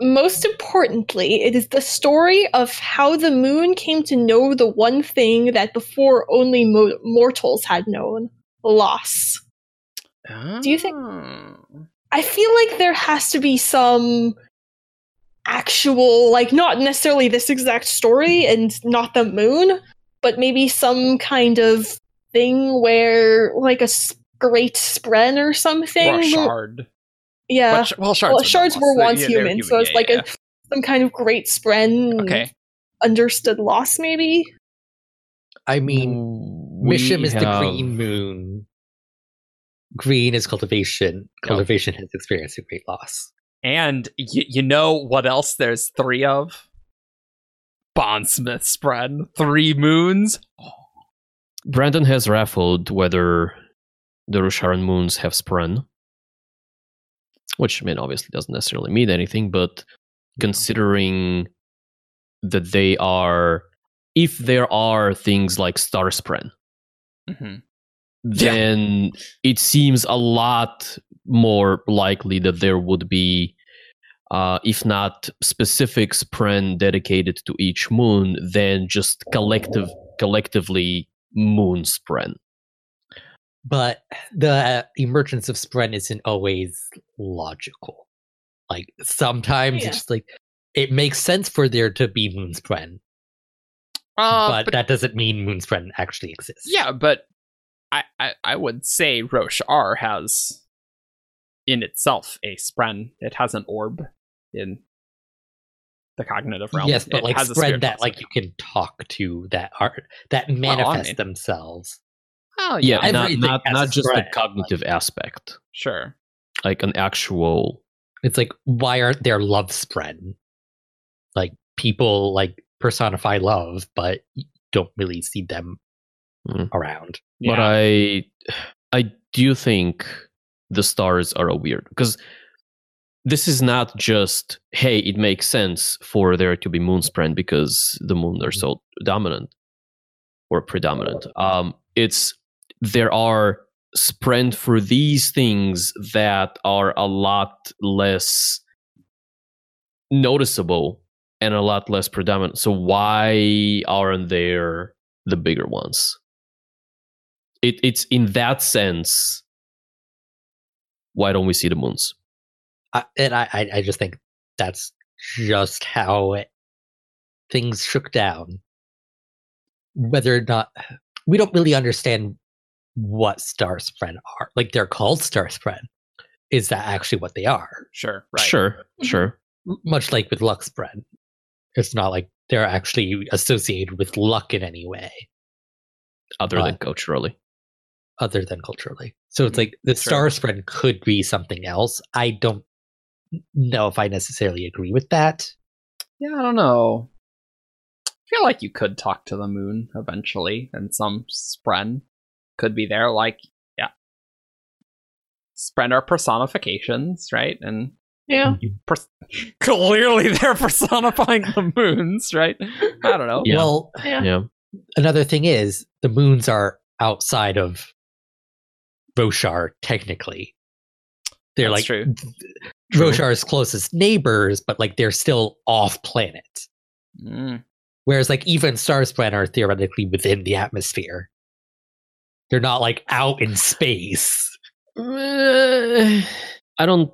Speaker 4: Most importantly, it is the story of how the moon came to know the one thing that before only mo- mortals had known loss. Do you think-
Speaker 1: Ah.
Speaker 4: I feel like there has to be some actual, like, not necessarily this exact story and not the moon, but maybe some kind of thing where like a s- great spren or something.
Speaker 1: Or a
Speaker 4: will-
Speaker 1: shard.
Speaker 4: Yeah.
Speaker 1: But sh- well, shards,
Speaker 4: uh, Well, shards were once
Speaker 1: They- they're
Speaker 4: human, so it's
Speaker 1: yeah,
Speaker 4: like
Speaker 1: yeah.
Speaker 4: a some kind of great spren
Speaker 1: okay.
Speaker 4: understood loss maybe.
Speaker 2: I mean,
Speaker 3: Oh, We
Speaker 2: Mishim is the
Speaker 3: have-
Speaker 2: green moon. Green is cultivation.
Speaker 1: Yeah.
Speaker 2: Cultivation has experienced a great loss.
Speaker 1: And y- you know what else there's three of? Bondsmith spread. Three moons.
Speaker 3: Brandon has raffled whether the Rusharan moons have sprung, which I mean obviously doesn't necessarily mean anything, but considering that they are, if there are things like star spren,
Speaker 1: Mm-hmm. Yeah.
Speaker 3: then it seems a lot more likely that there would be, uh, if not specific spren dedicated to each moon, then just collective collectively moon spren.
Speaker 2: But the emergence of Spren isn't always logical. Like sometimes
Speaker 4: Yeah.
Speaker 2: it's like it makes sense for there to be Moon Spren,
Speaker 1: Uh,
Speaker 2: but, that doesn't mean Moon Spren actually exists.
Speaker 1: Yeah, but I, I, I would say Roche R has in itself a spren. It has an orb in the cognitive realm.
Speaker 2: Yes, but
Speaker 1: It
Speaker 2: like
Speaker 1: has a
Speaker 2: spread
Speaker 1: spiritual
Speaker 2: that like you can talk to that are that
Speaker 1: I
Speaker 2: manifest
Speaker 1: mean-
Speaker 2: themselves.
Speaker 1: aspect. Oh yeah,
Speaker 3: yeah, not
Speaker 2: everything
Speaker 3: not,
Speaker 2: has
Speaker 3: not
Speaker 2: a
Speaker 3: just the
Speaker 2: threat, like-
Speaker 3: cognitive aspect,
Speaker 1: sure.
Speaker 3: like an actual.
Speaker 2: It's like why aren't there love spread? Like people like personify love, but you don't really see them
Speaker 3: Mm.
Speaker 2: around.
Speaker 1: Yeah.
Speaker 3: But I I do think the stars are a weird because this is not just hey it makes sense for there to be moonspren because the moon are so dominant or predominant. Um, it's there are spren for these things that are a lot less noticeable and a lot less predominant. So why aren't there the bigger ones? It, it's in that sense. Why don't we see the moons?
Speaker 2: I, and I, I, I just think that's just how it, things shook down. Whether or not we don't really understand what star spread are, like they're called star spread. Is that actually what they are?
Speaker 1: Sure. Right.
Speaker 3: Sure,
Speaker 4: Mhm.
Speaker 3: sure.
Speaker 2: M- Much like with luck spread, it's not like they're actually associated with luck in any way
Speaker 3: Other than
Speaker 2: Right.
Speaker 3: culturally,
Speaker 2: other than culturally. So it's
Speaker 1: Mhm.
Speaker 2: like the
Speaker 1: Sure.
Speaker 2: star spread could be something else. I don't know if I necessarily agree with that.
Speaker 1: Yeah, I don't know. I feel like you could talk to the moon eventually, and some spren could be there. Like, yeah, spren are personifications, right? And
Speaker 4: Yeah.
Speaker 1: pers- clearly <laughs> they're personifying the moons, right? I don't know.
Speaker 3: Yeah.
Speaker 2: Well,
Speaker 4: Yeah.
Speaker 3: yeah.
Speaker 2: another thing is the moons are outside of Roshar technically. They're
Speaker 1: That's
Speaker 2: like
Speaker 1: true.
Speaker 3: True.
Speaker 2: Roshar's closest neighbors, but like they're still off planet.
Speaker 1: Mm,
Speaker 2: Whereas like even Starsplan are theoretically within the atmosphere. They're not like out in space.
Speaker 3: Uh, I don't,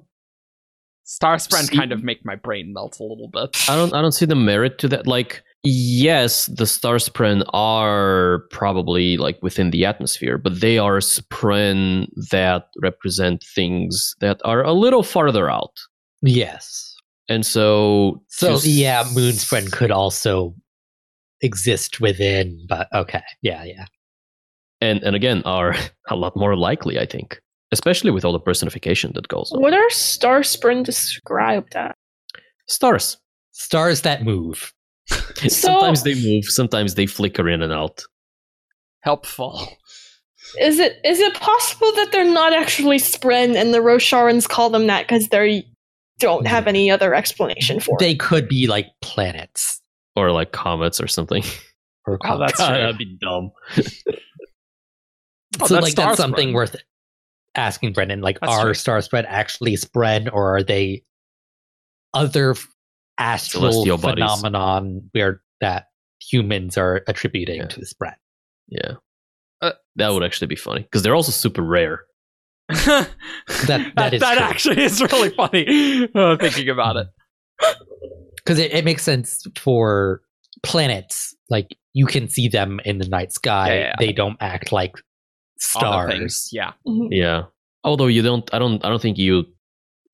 Speaker 1: Star spren
Speaker 3: See-
Speaker 1: kind of make my brain melt a little bit.
Speaker 2: Uh,
Speaker 3: I don't, I don't see the merit to that. Like, yes, the star spren are probably like within the atmosphere, but they are spren that represent things that are a little farther out,
Speaker 2: Yes.
Speaker 3: and so
Speaker 2: So
Speaker 3: just-
Speaker 2: yeah, Moonsprint could also exist within, but okay. Yeah, yeah.
Speaker 3: and and again are <laughs> a lot more likely, I think, especially with all the personification that goes on.
Speaker 4: What are star spren described as?
Speaker 3: Stars.
Speaker 2: Stars that move.
Speaker 3: sometimes they move, sometimes they flicker in and out.
Speaker 1: Helpful.
Speaker 4: Is it is it possible that they're not actually spren and the Rosharans call them that because they don't have any other explanation for it?
Speaker 2: They could be like planets.
Speaker 3: Or like comets or something.
Speaker 2: Or
Speaker 1: Oh, <laughs> that's
Speaker 3: God,
Speaker 1: true.
Speaker 3: that'd be dumb.
Speaker 1: Oh, that's
Speaker 2: so like
Speaker 1: star
Speaker 2: that's something
Speaker 1: spread.
Speaker 2: worth asking Brendan. Like,
Speaker 1: That's
Speaker 2: are
Speaker 1: true.
Speaker 2: star spread actually spread, or are they other f- astral
Speaker 3: Celestial bodies.
Speaker 2: phenomenon where that humans are attributing
Speaker 3: Yeah.
Speaker 2: to spread?
Speaker 3: Yeah.
Speaker 1: Uh,
Speaker 3: that would actually be funny because they're also super rare.
Speaker 1: <laughs> that
Speaker 2: oh. that is true.
Speaker 1: actually is really funny. <laughs> uh, thinking about it.
Speaker 2: Because it, it makes sense for planets. Like you can see them in the night sky.
Speaker 1: Yeah, yeah.
Speaker 2: They don't act like
Speaker 1: Other
Speaker 2: stars.
Speaker 1: things. Yeah.
Speaker 4: Mhm.
Speaker 3: Yeah. Although you don't, I don't, I don't think you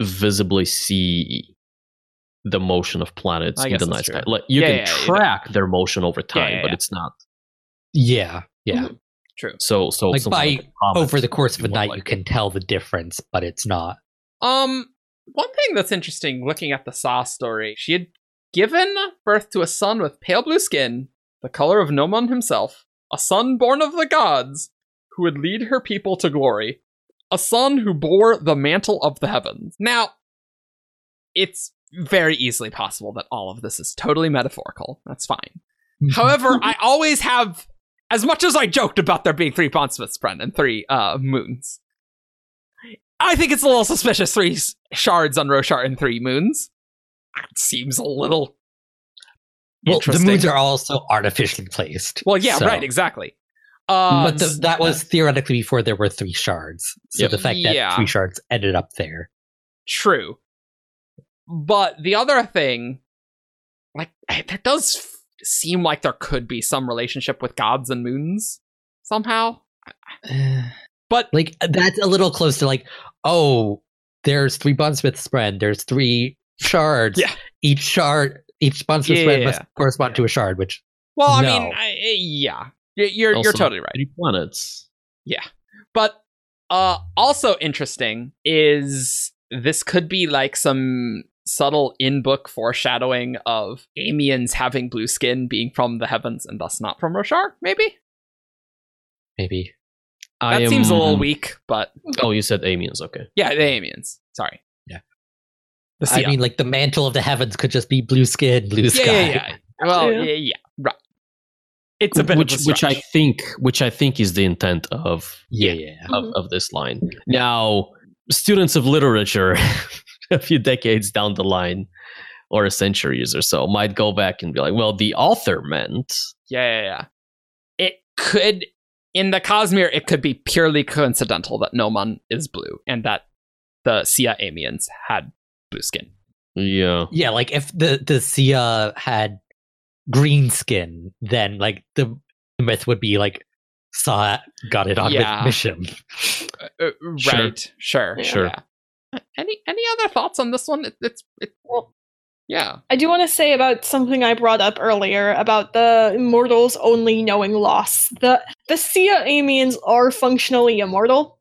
Speaker 3: visibly see the motion of planets
Speaker 1: I
Speaker 3: in
Speaker 1: guess
Speaker 3: the night
Speaker 1: that's
Speaker 3: sky.
Speaker 1: true.
Speaker 3: Like you
Speaker 1: Yeah,
Speaker 3: can
Speaker 1: yeah, yeah, you don't-
Speaker 3: track their motion over time,
Speaker 1: yeah,
Speaker 3: but
Speaker 1: yeah.
Speaker 3: it's not
Speaker 2: Yeah, yeah.
Speaker 1: True.
Speaker 3: so. So
Speaker 2: Like
Speaker 3: something
Speaker 2: by-
Speaker 3: a comet
Speaker 2: Over the course of
Speaker 3: would
Speaker 2: a
Speaker 3: be
Speaker 2: night,
Speaker 3: more
Speaker 2: you
Speaker 3: likely.
Speaker 2: can tell the difference, but it's not.
Speaker 1: Um, one thing that's interesting looking at the Saw story, she had given birth to a son with pale blue skin, the color of Noman himself, a son born of the gods, who would lead her people to glory, a son who bore the mantle of the heavens. Now, it's very easily possible that all of this is totally metaphorical. That's fine.
Speaker 2: <laughs>
Speaker 1: However, I always have, as much as I joked about there being three Pondsmiths, Bren, and three uh, moons, I think it's a little suspicious three s- shards on Roshar and three moons. That seems a little.
Speaker 2: well, the
Speaker 1: interesting.
Speaker 2: moons are also artificially placed.
Speaker 1: Well, yeah,
Speaker 2: so-
Speaker 1: right, exactly. Um,
Speaker 2: but the, that was theoretically before there were three shards. So
Speaker 3: Yep.
Speaker 2: the fact that
Speaker 1: Yeah.
Speaker 2: three shards ended up there.
Speaker 1: True. But the other thing, like, eh, that does f- seem like there could be some relationship with gods and moons somehow. <sighs> But
Speaker 2: like that's a little close to like, oh, there's three bunsmith spread. There's three shards.
Speaker 1: Yeah.
Speaker 2: Each shard, each bunsmith
Speaker 1: Yeah,
Speaker 2: spread
Speaker 1: yeah,
Speaker 2: must
Speaker 1: yeah.
Speaker 2: correspond to a shard, which
Speaker 1: Well, I
Speaker 2: No.
Speaker 1: mean, I, I- yeah, Y- you're
Speaker 3: Also-
Speaker 1: you're totally right.
Speaker 3: Three planets.
Speaker 1: But uh, also interesting is this could be like some subtle in-book foreshadowing of Amiens having blue skin being from the heavens and thus not from Roshar. Maybe
Speaker 2: maybe
Speaker 1: that
Speaker 3: I am-
Speaker 1: seems a little weak, but
Speaker 3: Oh, you said Amiens. Okay.
Speaker 1: yeah, the Amiens. Sorry.
Speaker 2: Yeah.
Speaker 1: The
Speaker 2: I
Speaker 1: Sia.
Speaker 2: mean like the mantle of the heavens could just be blue skin, blue sky.
Speaker 1: yeah, yeah, yeah. Well,
Speaker 4: Yeah.
Speaker 1: yeah, yeah, right. It's a bit
Speaker 3: which,
Speaker 1: of a
Speaker 3: which I
Speaker 1: stretch.
Speaker 3: think, which I think is the intent of
Speaker 2: Yeah, yeah.
Speaker 1: Mm-hmm.
Speaker 3: of, of this line. Now, students of literature, <laughs> a few decades down the line, or centuries or so, might go back and be like, well, the author meant.
Speaker 1: Yeah, yeah, yeah. It could, in the Cosmere, it could be purely coincidental that Noman is blue and that the Sia Amiens had blue skin.
Speaker 3: Yeah.
Speaker 2: Yeah, like if the the Sia had green skin, then like the myth would be like Saw got it on
Speaker 1: Yeah.
Speaker 2: with mission.
Speaker 1: Uh, uh,
Speaker 3: Sure.
Speaker 1: Right. Sure.
Speaker 4: Yeah.
Speaker 1: Sure.
Speaker 3: Sure.
Speaker 1: Uh, Any any other thoughts on this one? It, it's it, yeah.
Speaker 4: I do want to say about something I brought up earlier about the immortals only knowing loss. The the Sia Amians are functionally immortal.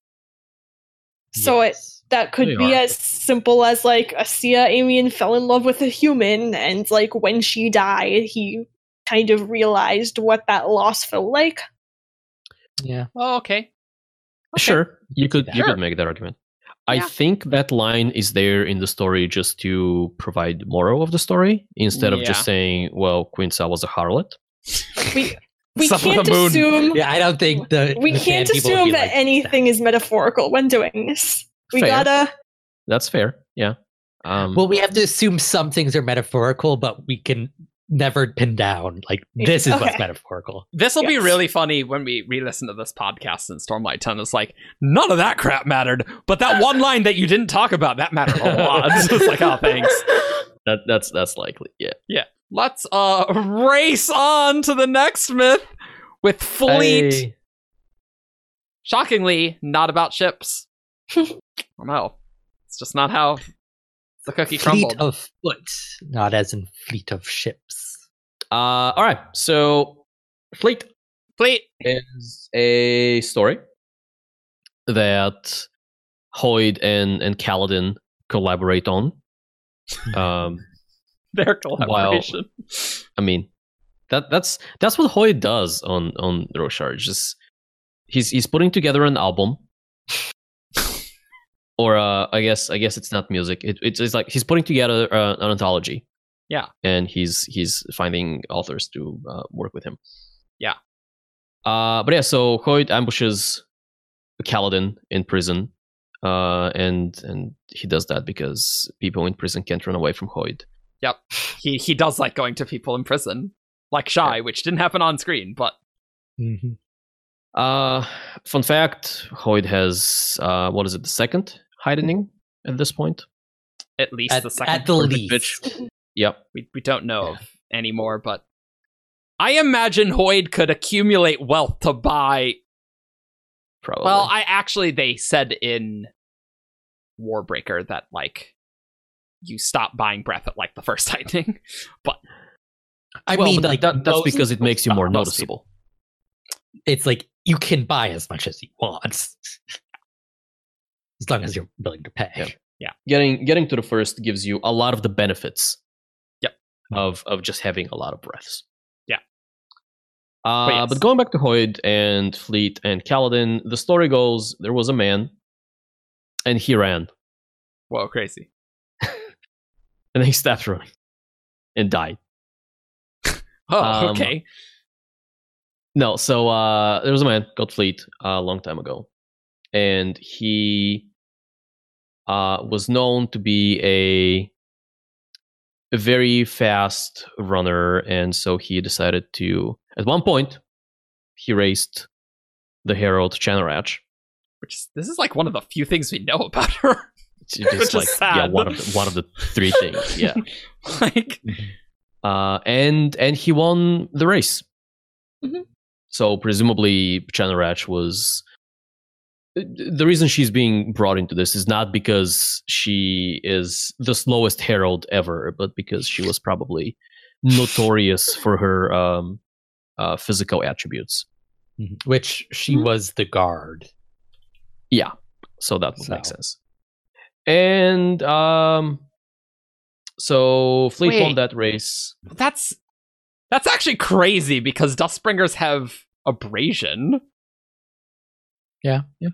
Speaker 4: So it that could
Speaker 3: They
Speaker 4: be
Speaker 3: are.
Speaker 4: as simple as like a Sia Amian fell in love with a human and like when she died he kind of realized what that loss felt like.
Speaker 2: Yeah.
Speaker 1: Oh, okay.
Speaker 3: Sure. You could you
Speaker 1: Sure.
Speaker 3: could make that argument. I
Speaker 1: Yeah.
Speaker 3: think that line is there in the story just to provide moral of the story instead of
Speaker 1: Yeah.
Speaker 3: just saying, well, Queen Sa was a harlot.
Speaker 4: We we
Speaker 1: Son of
Speaker 4: can't
Speaker 1: the moon.
Speaker 4: assume
Speaker 2: Yeah, I don't think the
Speaker 4: we
Speaker 2: the fan
Speaker 4: can't
Speaker 2: people would be
Speaker 4: assume that
Speaker 2: like
Speaker 4: anything is metaphorical when doing this. We
Speaker 3: Fair.
Speaker 4: gotta
Speaker 3: That's fair. Yeah. Um,
Speaker 2: Well, we have to assume some things are metaphorical, but we can never pin down like this is what's
Speaker 4: Okay. <laughs>
Speaker 2: metaphorical.
Speaker 1: This will be
Speaker 4: Yes.
Speaker 1: really funny when we re-listen to this podcast and Stormlight Ten is like, none of that crap mattered, but <laughs> that one line that you didn't talk about that mattered a lot. <laughs> it's like, oh,
Speaker 4: <laughs>
Speaker 1: thanks.
Speaker 3: that, that's that's likely. Yeah.
Speaker 1: Let's uh <laughs> race on to the next myth with fleet.
Speaker 3: Hey.
Speaker 1: Shockingly, not about ships. I don't know. It's just not how the cookie
Speaker 2: Fleet
Speaker 1: crumbled.
Speaker 2: of foot, not as in fleet of ships.
Speaker 3: Uh, all right. So, Fleet
Speaker 1: fleet.
Speaker 3: is a story that Hoyd and and Kaladin collaborate on. Um,
Speaker 1: Their collaboration.
Speaker 3: I mean, that that's that's what Hoyd does on on Roshar. Just he's he's putting together an album, <laughs> or uh, I guess I guess it's not music. It, it's it's like he's putting together uh, an anthology.
Speaker 1: Yeah.
Speaker 3: and he's he's finding authors to uh, work with him.
Speaker 1: Yeah.
Speaker 3: Uh, but yeah, so Hoyd ambushes Kaladin in prison. Uh, and and he does that because people in prison can't run away from Hoyd.
Speaker 1: He he does like going to people in prison, like Shy, which didn't happen on screen, but
Speaker 2: Mhm.
Speaker 3: Uh, fun fact: Hoyd has uh, what is it? The second heightening at this point.
Speaker 1: at least
Speaker 2: At,
Speaker 1: the
Speaker 2: the
Speaker 1: second
Speaker 2: at
Speaker 1: person-
Speaker 2: the least,
Speaker 3: Yep.
Speaker 1: we we don't know
Speaker 2: Yeah.
Speaker 1: of anymore. But I imagine Hoyd could accumulate wealth to buy.
Speaker 3: Probably.
Speaker 1: Well, I actually they said in Warbreaker that like you stop buying breath at like the first <laughs> lightning, but
Speaker 2: I
Speaker 3: Well,
Speaker 2: mean,
Speaker 3: but that-
Speaker 2: like
Speaker 3: that- that's
Speaker 2: most-
Speaker 3: because it makes you more
Speaker 1: most
Speaker 3: noticeable.
Speaker 2: it's like you can buy as much as you want, as long as you're willing to pay.
Speaker 3: Yeah. Getting getting to the first gives you a lot of the benefits.
Speaker 1: Yep.
Speaker 3: Of of just having a lot of breaths.
Speaker 1: Yeah.
Speaker 3: Uh,
Speaker 1: But yes.
Speaker 3: but going back to Hoyd and Fleet and Kaladin, the story goes there was a man, and he ran,
Speaker 1: whoa, crazy.
Speaker 3: and then he <laughs> stopped running, and died.
Speaker 1: Oh,
Speaker 3: Um,
Speaker 1: okay.
Speaker 3: No, so uh, there was a man called Fleet uh, a long time ago, and he uh, was known to be a a very fast runner, and so he decided to. At one point, he raced the Herald Chanarach.
Speaker 1: Which is, this is like one of the few things we know <laughs> about her.
Speaker 3: It's
Speaker 1: <laughs>
Speaker 3: just
Speaker 1: Which is
Speaker 3: like yeah,
Speaker 1: sad.
Speaker 3: one of the, one of the three
Speaker 1: <laughs>
Speaker 3: things. Yeah,
Speaker 1: like
Speaker 2: Mm-hmm.
Speaker 3: uh, and and he won the race.
Speaker 4: Mhm.
Speaker 3: So presumably, Chanarach was uh, the reason she's being brought into this is not because she is the slowest herald ever, but because she was probably notorious for her um, uh, physical attributes.
Speaker 2: Mhm. Which she
Speaker 4: Mhm.
Speaker 2: was the guard.
Speaker 3: Yeah, so that would make
Speaker 2: So.
Speaker 3: sense. And um, so Fleet won
Speaker 1: Wait.
Speaker 3: that race.
Speaker 1: that's that's actually crazy because Dustbringers have abrasion.
Speaker 2: Yeah.
Speaker 3: Yeah.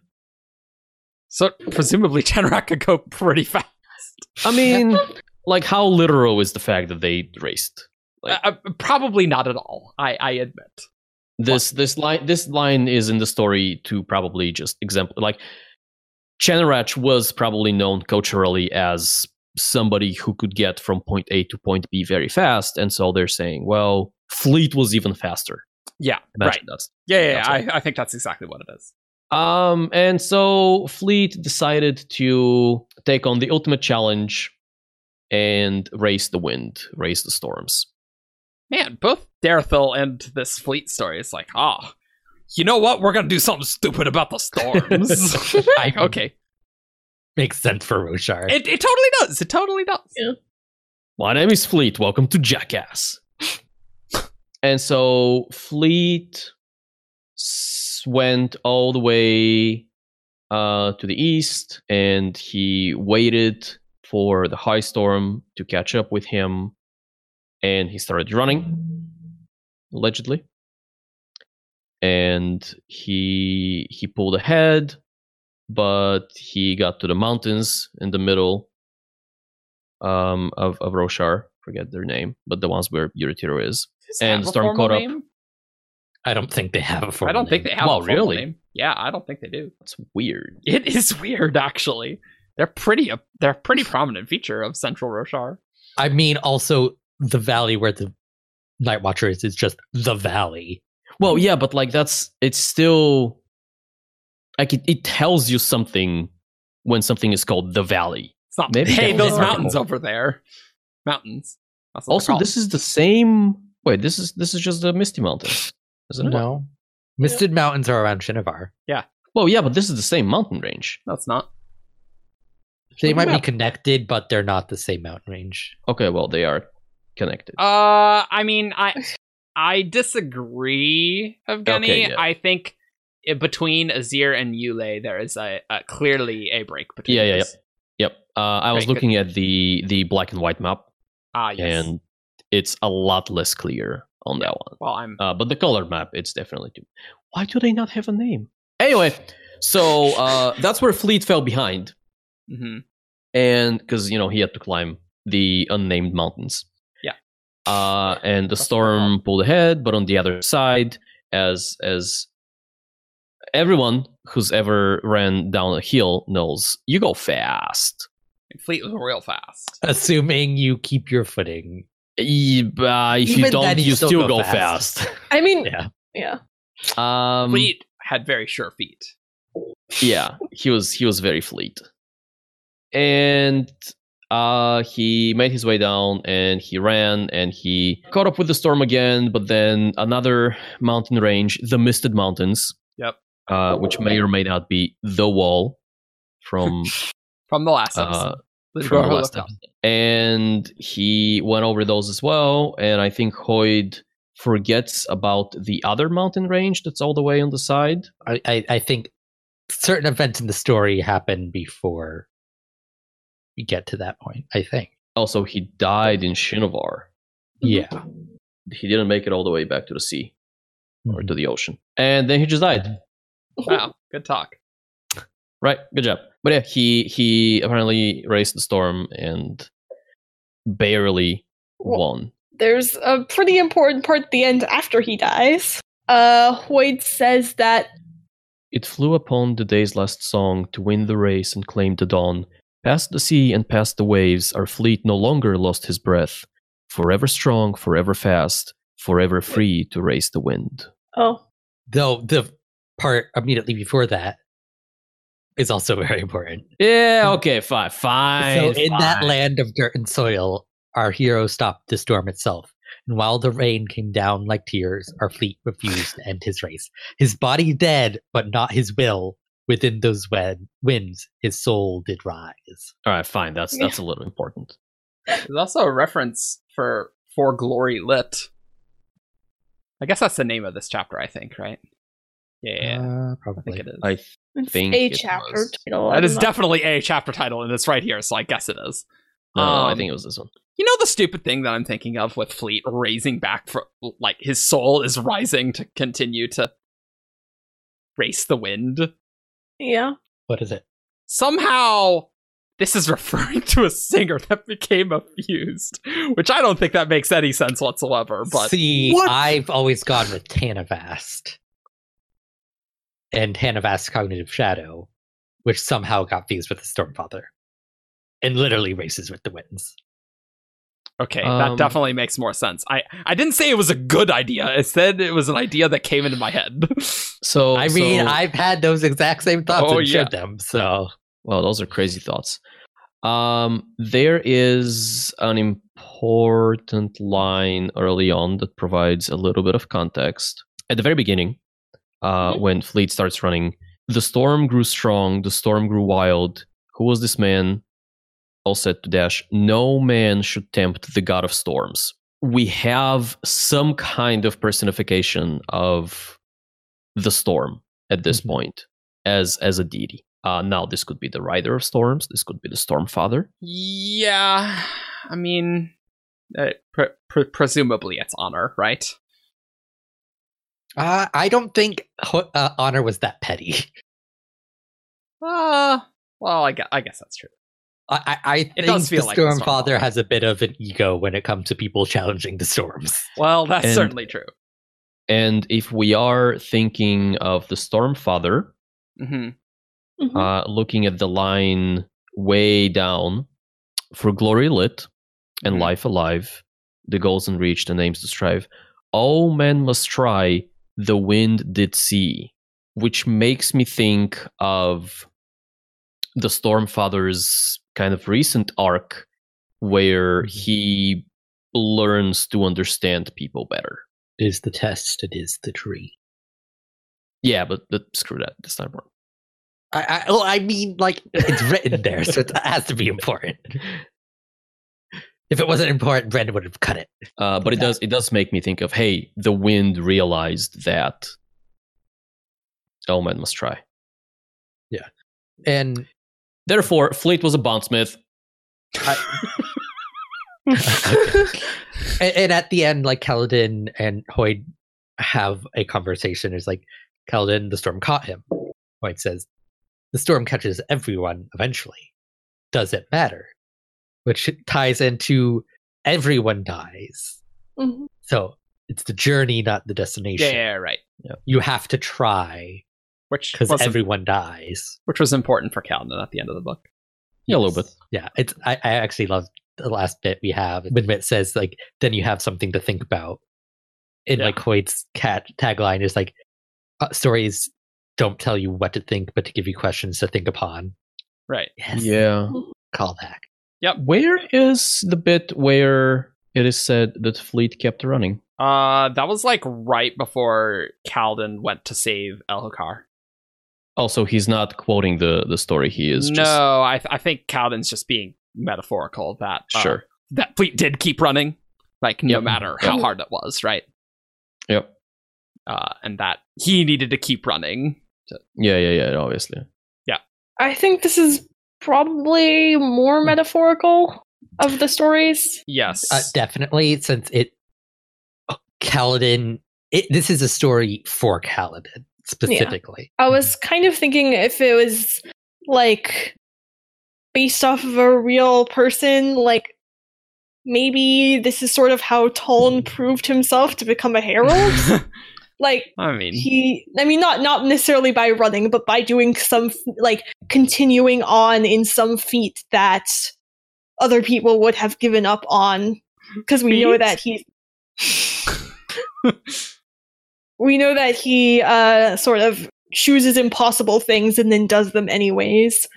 Speaker 1: So presumably Chanrak could go pretty fast.
Speaker 3: I mean, like, how literal is the fact that they raced? Like-
Speaker 1: Uh, uh, probably not at all. I I admit.
Speaker 3: this this line this line is in the story to probably just example like Chanarach was probably known culturally as somebody who could get from point A to point B very fast, and so they're saying, well, Fleet was even faster.
Speaker 1: Yeah.
Speaker 3: Imagine
Speaker 1: right.
Speaker 3: that.
Speaker 1: Yeah. Yeah.
Speaker 3: That's
Speaker 1: yeah,
Speaker 3: right.
Speaker 1: I, I think that's exactly what it is.
Speaker 3: Um, and so Fleet decided to take on the ultimate challenge and race the wind, race the storms.
Speaker 1: Man, both Darethil and this fleet story is like, ah, you know what? We're gonna do something stupid about the storms.
Speaker 3: <laughs>
Speaker 1: <laughs>
Speaker 2: I,
Speaker 1: okay.
Speaker 2: makes sense for Roshar.
Speaker 1: It it totally does. It totally does.
Speaker 3: My name is Fleet. Welcome to Jackass. and so Fleet s- went all the way uh, to the east and he waited for the high storm to catch up with him and he started running allegedly and he he pulled ahead but he got to the mountains in the middle um, of of Roshar. Forget their name, but the ones where Yuritiro is.
Speaker 1: Does
Speaker 3: And
Speaker 1: it have a
Speaker 3: Storm
Speaker 1: formal
Speaker 3: caught up.
Speaker 1: name?
Speaker 2: I don't think they have a formal
Speaker 1: I don't think
Speaker 2: name.
Speaker 1: they have.
Speaker 3: Wow,
Speaker 1: a formal
Speaker 3: really?
Speaker 1: Name. Yeah, I don't think they do.
Speaker 3: That's weird.
Speaker 1: It <laughs> is weird, actually. They're pretty. uh, they're a pretty prominent feature of Central Roshar.
Speaker 2: I mean, also the valley where the Night Watcher is is just the valley.
Speaker 3: Well, yeah, but like that's it's still like it, it tells you something when something is called the Valley.
Speaker 1: It's not.
Speaker 3: Maybe
Speaker 1: hey,
Speaker 3: that
Speaker 1: those
Speaker 4: was
Speaker 3: article.
Speaker 1: mountains over there. Mountains. That's what they're
Speaker 3: Also,
Speaker 1: called.
Speaker 3: this is the same. Wait, this is this is just the Misty Mountains, isn't it?
Speaker 2: No. Misted Mountains are around Shinivar.
Speaker 3: Well, yeah, but this is the same mountain range.
Speaker 1: That's not.
Speaker 2: They
Speaker 3: Look
Speaker 2: might
Speaker 3: it
Speaker 2: be
Speaker 3: up.
Speaker 2: connected, but they're not the same mountain range.
Speaker 3: Okay, well they are connected.
Speaker 1: Uh, I mean, I I disagree, Evgeny.
Speaker 3: Okay, yeah.
Speaker 1: I think i- between Azir and Yule, there is a, a clearly a break between.
Speaker 3: Yeah, yeah,
Speaker 1: those.
Speaker 3: yep. Uh, I was
Speaker 1: Right, good.
Speaker 3: looking at the the black and white map,
Speaker 1: Ah, yes.
Speaker 3: and it's a lot less clear on that one.
Speaker 1: well, I'm.
Speaker 3: Uh, but the color map, it's definitely too. Why do they not have a name? Anyway, so uh, that's where Fleet fell behind,
Speaker 1: mhm.
Speaker 3: and because you know he had to climb the unnamed mountains.
Speaker 1: Yeah.
Speaker 3: Uh, and the
Speaker 1: That's
Speaker 3: storm pulled ahead, but on the other side, as as everyone who's ever ran down a hill knows, you go fast.
Speaker 1: Fleet was real fast.
Speaker 2: Assuming you keep your footing.
Speaker 3: E- uh, if you
Speaker 2: Even
Speaker 3: don't,
Speaker 2: then, you
Speaker 3: you
Speaker 2: still
Speaker 3: still,
Speaker 2: go
Speaker 3: go,
Speaker 2: fast. <laughs>
Speaker 3: fast.
Speaker 4: I mean,
Speaker 2: Yeah.
Speaker 4: yeah.
Speaker 3: um,
Speaker 1: Fleet had very sure feet.
Speaker 3: yeah he was he was very fleet and Uh, he made his way down and he ran and he caught up with the storm again, but then another mountain range, the Misted Mountains.
Speaker 1: Yep.
Speaker 3: Uh, which may or may not be the wall from
Speaker 1: From the last
Speaker 3: uh,
Speaker 1: episode. The
Speaker 3: from the
Speaker 1: Gorilla
Speaker 3: last
Speaker 1: Cup.
Speaker 3: episode. And he went over those as well. And I think Hoyd forgets about the other mountain range that's all the way on the side.
Speaker 2: I, I, I think certain events in the story happen before we get to that point. I think.
Speaker 3: Also, he died in Shinovar.
Speaker 2: Yeah.
Speaker 4: <laughs>
Speaker 3: He didn't make it all the way back to the sea
Speaker 1: Hmm.
Speaker 3: or to the ocean. And then he just died.
Speaker 1: Wow, good talk.
Speaker 3: Right. Good job. But yeah, he he apparently raced the storm and barely
Speaker 4: Well-
Speaker 3: won.
Speaker 4: There's a pretty important part at the end after he dies. Uh, Hoyd says that
Speaker 3: It flew upon the day's last song to win the race and claim the dawn. Past the sea and past the waves, our fleet no longer lost his breath. Forever strong, forever fast, forever free to race the wind.
Speaker 4: oh,
Speaker 2: Though the part immediately before that is also <laughs> very important.
Speaker 3: Yeah, okay, fine, fine.
Speaker 2: so in that land of dirt and soil, our hero stopped the storm itself. And while the rain came down like tears, our fleet refused to end his race. His body dead, but not his will. Within those wed- winds, his soul did rise.
Speaker 3: All right, fine. That's that's a little important.
Speaker 1: There's also a reference for For Glory Lit. I guess that's the name of this chapter, I think, right? Yeah,
Speaker 2: Uh,
Speaker 1: I think
Speaker 2: probably.
Speaker 1: it is.
Speaker 3: I
Speaker 4: it's
Speaker 3: Think
Speaker 4: a
Speaker 3: it
Speaker 4: chapter
Speaker 3: was.
Speaker 4: title.
Speaker 1: that
Speaker 4: I'm
Speaker 1: is
Speaker 4: not-
Speaker 1: definitely a chapter title, and it's right here, so I guess it is.
Speaker 3: no, I
Speaker 1: Um,
Speaker 3: think it was this one.
Speaker 1: You know the stupid thing that I'm thinking of with Fleet raising back for like his soul is rising to continue to race the wind.
Speaker 4: yeah.
Speaker 2: What is it?
Speaker 1: Somehow this is <laughs> referring to a singer that became abused, which I don't think that makes any sense whatsoever, but
Speaker 2: See,
Speaker 4: What?
Speaker 2: I've always gone with Tanavast and Tanavast Cognitive Shadow, which somehow got fused with the Stormfather and literally races with the winds.
Speaker 1: Okay,
Speaker 3: Um,
Speaker 1: that definitely makes more sense. I, I didn't say it was a good idea. I said it was an idea that came into my head. <laughs>
Speaker 3: So
Speaker 2: I mean,
Speaker 3: so-
Speaker 2: I've had those exact same thoughts
Speaker 1: Oh,
Speaker 2: and
Speaker 1: yeah.
Speaker 2: shared them. So
Speaker 3: Well, those are crazy thoughts. Um, there is an important line early on that provides a little bit of context. At the very beginning, uh,
Speaker 4: Mhm.
Speaker 3: when Fleet starts running, the storm grew strong, the storm grew wild. Who was this man? All said to Dash, no man should tempt the god of storms. We have some kind of personification of the storm at this
Speaker 2: Mhm.
Speaker 3: point as as a deity. Uh, now this could be the rider of storms. This could be the storm father.
Speaker 1: yeah, I mean, uh, pre- pre- presumably it's honor, right?
Speaker 2: uh, I don't think Ho- uh, Honor was that petty.
Speaker 1: Uh, well, I guess, I guess that's true.
Speaker 2: I, I, I think
Speaker 1: does feel
Speaker 2: the
Speaker 1: like the
Speaker 2: Stormfather
Speaker 1: Stormfather.
Speaker 2: has a bit of an ego when it comes to people challenging the storms.
Speaker 1: Well, that's
Speaker 3: And-
Speaker 1: certainly true.
Speaker 3: And if we are thinking of the storm father,
Speaker 1: hmm
Speaker 4: Mhm.
Speaker 3: uh, looking at the line way down for glory lit and
Speaker 1: Mhm.
Speaker 3: life alive, the goals unreached and aims to strive. All men must try. The wind did see, which makes me think of the storm father's kind of recent arc, where he learns to understand people better.
Speaker 2: It is the test, it is the tree.
Speaker 3: Yeah, but, but screw that this time around.
Speaker 2: I, I, well, I mean, like it's written there, so it has to be important. If it wasn't important, Brandon would have cut it.
Speaker 3: Uh, but it
Speaker 2: Okay.
Speaker 3: does it does make me think of hey, the wind realized that. Oh man, must try.
Speaker 2: And
Speaker 3: Therefore, Fleet was a bondsmith.
Speaker 2: and, and at the end, like Kaladin and Hoyd have a conversation. It's like Kaladin, the storm caught him. Hoyd says, "The storm catches everyone eventually. Does it matter?" Which ties into everyone dies.
Speaker 4: Mhm.
Speaker 2: So it's the journey, not the
Speaker 1: Yeah,
Speaker 2: destination.
Speaker 1: yeah, right.
Speaker 2: You have to try
Speaker 1: Which
Speaker 2: because
Speaker 1: was,
Speaker 2: everyone dies.
Speaker 1: which was important for Calden at the end of the book.
Speaker 3: Yeah, a little bit.
Speaker 2: Yeah, it's I, I actually love the last bit we have when Mitt says like then you have something to think about. And
Speaker 1: Yeah.
Speaker 2: like Hoyt's cat tagline is like uh, stories don't tell you what to think, but to give you questions to think upon.
Speaker 1: Right.
Speaker 2: Yes,
Speaker 3: Yeah.
Speaker 2: callback.
Speaker 1: Yep.
Speaker 3: Where is the bit where it is said that fleet kept running?
Speaker 1: Uh, that was like right before Calden went to save Elhokar.
Speaker 3: Also, he's not quoting the the story. He is
Speaker 1: no,
Speaker 3: just
Speaker 1: I th- I think Calden's just being metaphorical of that. uh,
Speaker 2: Ah.
Speaker 3: sure.
Speaker 1: that fleet did keep running, like no
Speaker 3: Yep.
Speaker 1: matter
Speaker 3: Yep.
Speaker 1: how hard it was, right?
Speaker 3: Yep.
Speaker 1: Uh, and that he needed to keep running.
Speaker 3: Yeah, yeah, yeah. Obviously.
Speaker 4: I think this is probably more metaphorical of the stories.
Speaker 1: Yes.
Speaker 2: Uh, definitely, since it, Kaladin. It, this is a story for Kaladin specifically.
Speaker 4: I was kind of thinking if it was like based off of a real person, like maybe this is sort of how Toln proved himself to become a herald.
Speaker 1: <laughs>
Speaker 4: like
Speaker 1: I mean,
Speaker 4: he i mean not not necessarily by running but by doing some like continuing on in some feat that other people would have given up on because we know
Speaker 1: Feat?
Speaker 4: that he <laughs> we know that he uh sort of chooses impossible things and then does them anyways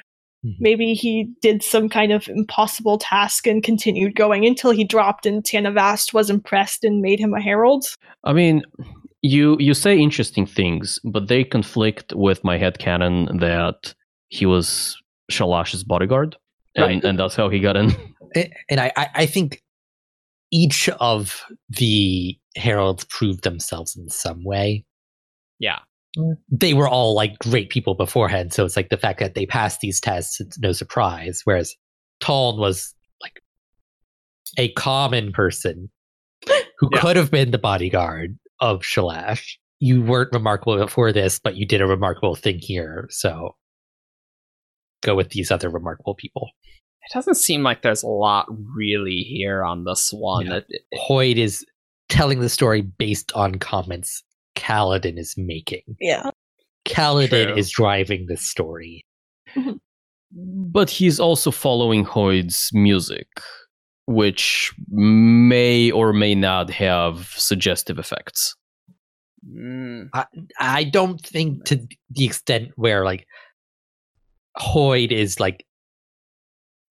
Speaker 2: Mhm.
Speaker 4: maybe he did some kind of impossible task and continued going until he dropped and tanavast was impressed and made him a herald
Speaker 3: I mean, you you say interesting things, but they conflict with my head canon that he was Shalash's bodyguard, and
Speaker 1: Right.
Speaker 3: and that's how he got in.
Speaker 2: A- Eh, and I, I, I think each of the heralds proved themselves in some way.
Speaker 1: Yeah.
Speaker 2: They were all like great people beforehand, so it's like the fact that they passed these tests, it's no surprise. Whereas Toln was like a
Speaker 1: <laughs>
Speaker 2: common person who
Speaker 1: Yeah.
Speaker 2: could have been the bodyguard of Shalash. You weren't remarkable before this, but you did a remarkable thing here, so go with these other remarkable people.
Speaker 1: it doesn't seem like there's a lot really here on this one.
Speaker 2: Yeah.
Speaker 1: It- it-
Speaker 2: Hoyt is telling the story based on comments Kaladin is making.
Speaker 4: yeah
Speaker 2: Kaladin
Speaker 1: True.
Speaker 2: is driving this story.
Speaker 3: but he's also following Hoyd's music, which may or may not have suggestive effects.
Speaker 1: Mm,
Speaker 2: I don't think to the extent where like Hoyt is like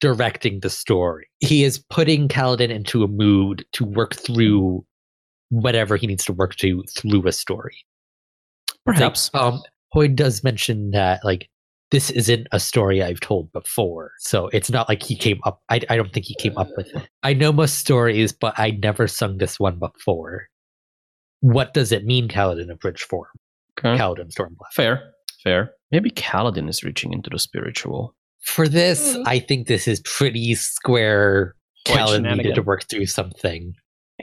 Speaker 2: directing the story. He is putting Kaladin into a mood to work through whatever he needs to work to through a story.
Speaker 3: Perhaps.
Speaker 2: Like, um, Hoyd does mention that like this isn't a story I've told before, so it's not like he came up. I, I don't think he came up with it. I know most stories, but I never sung this one before. What does it mean, Kaladin of Bridgeform?
Speaker 3: Okay.
Speaker 2: Kaladin Stormblood.
Speaker 3: fair, fair. Maybe Kaladin is reaching into the spiritual.
Speaker 2: For this,
Speaker 4: Mhm.
Speaker 2: I think this is pretty square.
Speaker 1: Hoyt
Speaker 2: Kaladin needed to
Speaker 1: shenanigan.
Speaker 2: work through something.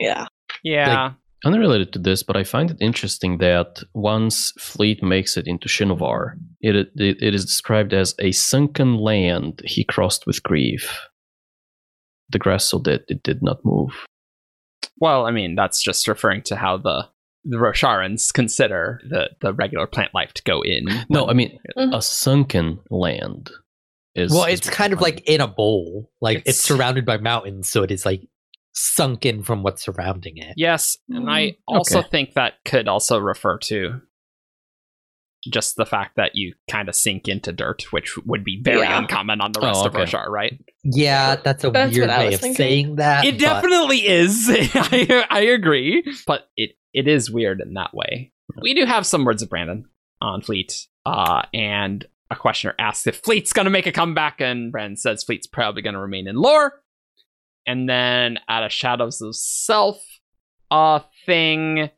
Speaker 4: yeah
Speaker 1: yeah.
Speaker 3: Unrelated to this, but I find it interesting that once Fleet makes it into Shinovar, it, it, it is described as a sunken land he crossed with grief. The grass so dead it did not move.
Speaker 1: Well, I mean, that's just referring to how the the Rosharans consider the, the regular plant life to go in.
Speaker 3: No, I mean
Speaker 4: Mhm.
Speaker 3: a sunken land. Is,
Speaker 2: well,
Speaker 3: is
Speaker 2: it's kind of
Speaker 3: what I-
Speaker 2: like in a bowl. Like it's,
Speaker 1: It's-
Speaker 2: surrounded by mountains, so it is like sunken from what's surrounding it.
Speaker 1: Yes, and I also think that could also refer to just the fact that you kind of sink into dirt, which would be very
Speaker 4: Yeah.
Speaker 1: uncommon on the
Speaker 3: Oh,
Speaker 1: rest
Speaker 3: okay.
Speaker 1: of Roshar, right?
Speaker 2: Yeah, that's a
Speaker 4: That's
Speaker 2: weird
Speaker 4: what I
Speaker 2: way
Speaker 4: was
Speaker 2: of
Speaker 4: thinking.
Speaker 2: saying that.
Speaker 1: It
Speaker 2: but
Speaker 1: definitely is. <laughs> I, I agree, but it it is weird in that way. We do have some words of Brandon on Fleet, uh, and a questioner asks if Fleet's going to make a comeback, and Brandon says Fleet's probably going to remain in lore. And then out of Shadows of Self, uh, thing,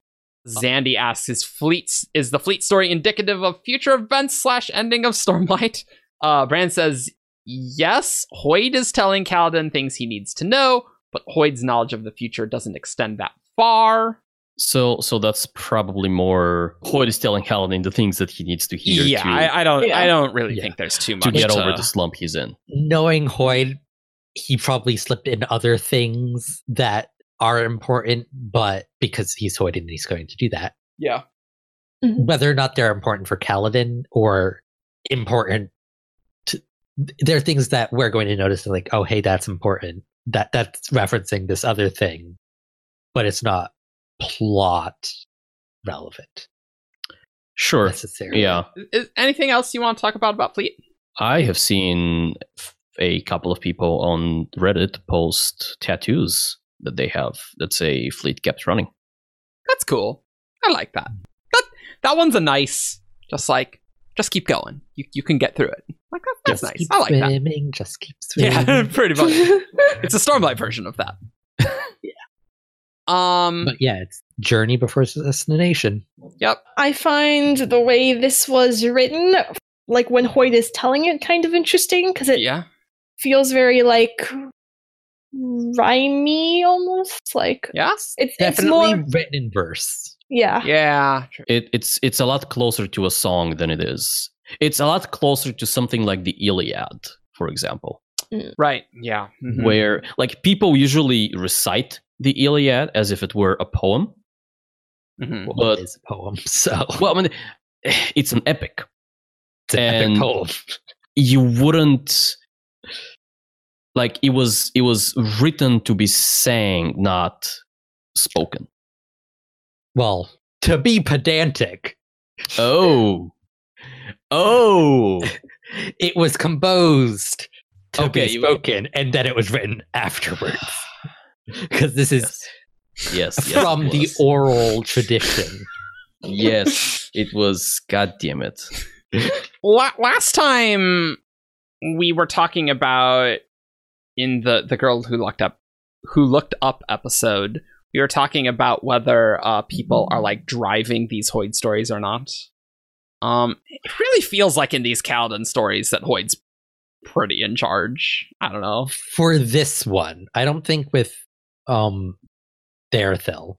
Speaker 1: Zandy asks, "Is Fleet is the Fleet story indicative of future events slash ending of Stormlight?" Uh, Brandon says, "Yes." Hoyd is telling Kaladin things he needs to know but Hoyd's knowledge of the future doesn't extend that far.
Speaker 3: So, so that's probably more Hoyt is telling Kaladin the things that he needs to hear to,
Speaker 1: I, I don't,
Speaker 4: Yeah.
Speaker 1: I don't really
Speaker 2: Yeah.
Speaker 1: think there's too much uh,
Speaker 3: to get
Speaker 1: to-
Speaker 3: over the slump he's in.
Speaker 2: knowing Hoyd, he probably slipped in other things that are important, but because he's Hoyd and he's going to do that,
Speaker 1: Yeah,
Speaker 2: whether or not they're important for Kaladin or important, to, there are things that we're going to notice and like, oh, hey, that's important. That that's referencing this other thing, but it's not plot relevant
Speaker 3: Sure.
Speaker 2: necessarily.
Speaker 3: Yeah,
Speaker 1: Is- anything else you want to talk about about Fleet?
Speaker 3: I have seen f- a couple of people on Reddit post tattoos that they have that say fleet kept running.
Speaker 1: That's cool. I like that. That that one's a nice just like just keep going. You you can get through it. Like that, that's
Speaker 2: just
Speaker 1: nice.
Speaker 2: keep
Speaker 1: I like that.
Speaker 2: swimming, just keep swimming.
Speaker 1: <laughs> Yeah, pretty much. It's a Stormlight version of that. yeah. Um
Speaker 2: But yeah, it's journey before destination.
Speaker 4: I find the way this was written, like when Hoyt is telling it, kind of interesting because it
Speaker 1: yeah.
Speaker 4: feels very like rhymey almost. Like
Speaker 1: Yes.
Speaker 4: it's it's
Speaker 2: Definitely
Speaker 4: more
Speaker 2: written in verse.
Speaker 4: yeah.
Speaker 1: Yeah. true.
Speaker 3: It, it's it's a lot closer to a song than it is. It's a lot closer to something like the Iliad, for example,
Speaker 1: Right. Yeah. Mhm.
Speaker 3: where like people usually recite the Iliad as if it were a poem.
Speaker 1: Mhm.
Speaker 2: Well,
Speaker 3: But-
Speaker 2: it is a poem, <laughs> so
Speaker 3: <laughs> Well, I mean, <sighs> it's an epic.
Speaker 2: it's an
Speaker 3: and-
Speaker 2: epic poem.
Speaker 3: you wouldn't like it was it was written to be sang not spoken
Speaker 2: Well, to be pedantic,
Speaker 3: oh
Speaker 2: <laughs>
Speaker 3: oh
Speaker 2: it was composed to
Speaker 3: Okay,
Speaker 2: be
Speaker 3: you-
Speaker 2: spoken, and then it was written
Speaker 3: <sighs>
Speaker 2: afterwards. Because this is
Speaker 3: yes yes,
Speaker 2: <laughs>
Speaker 3: yes it
Speaker 2: from the
Speaker 3: was.
Speaker 2: oral tradition.
Speaker 3: yes it was god damn it
Speaker 1: La- last time we were talking about in the the girl who looked up who looked up episode we were talking about whether uh, people are like driving these hoyd stories or not um it really feels like in these Kaladin stories that hoyd's pretty in charge i don't know
Speaker 2: For this one, I don't think with um Darethil.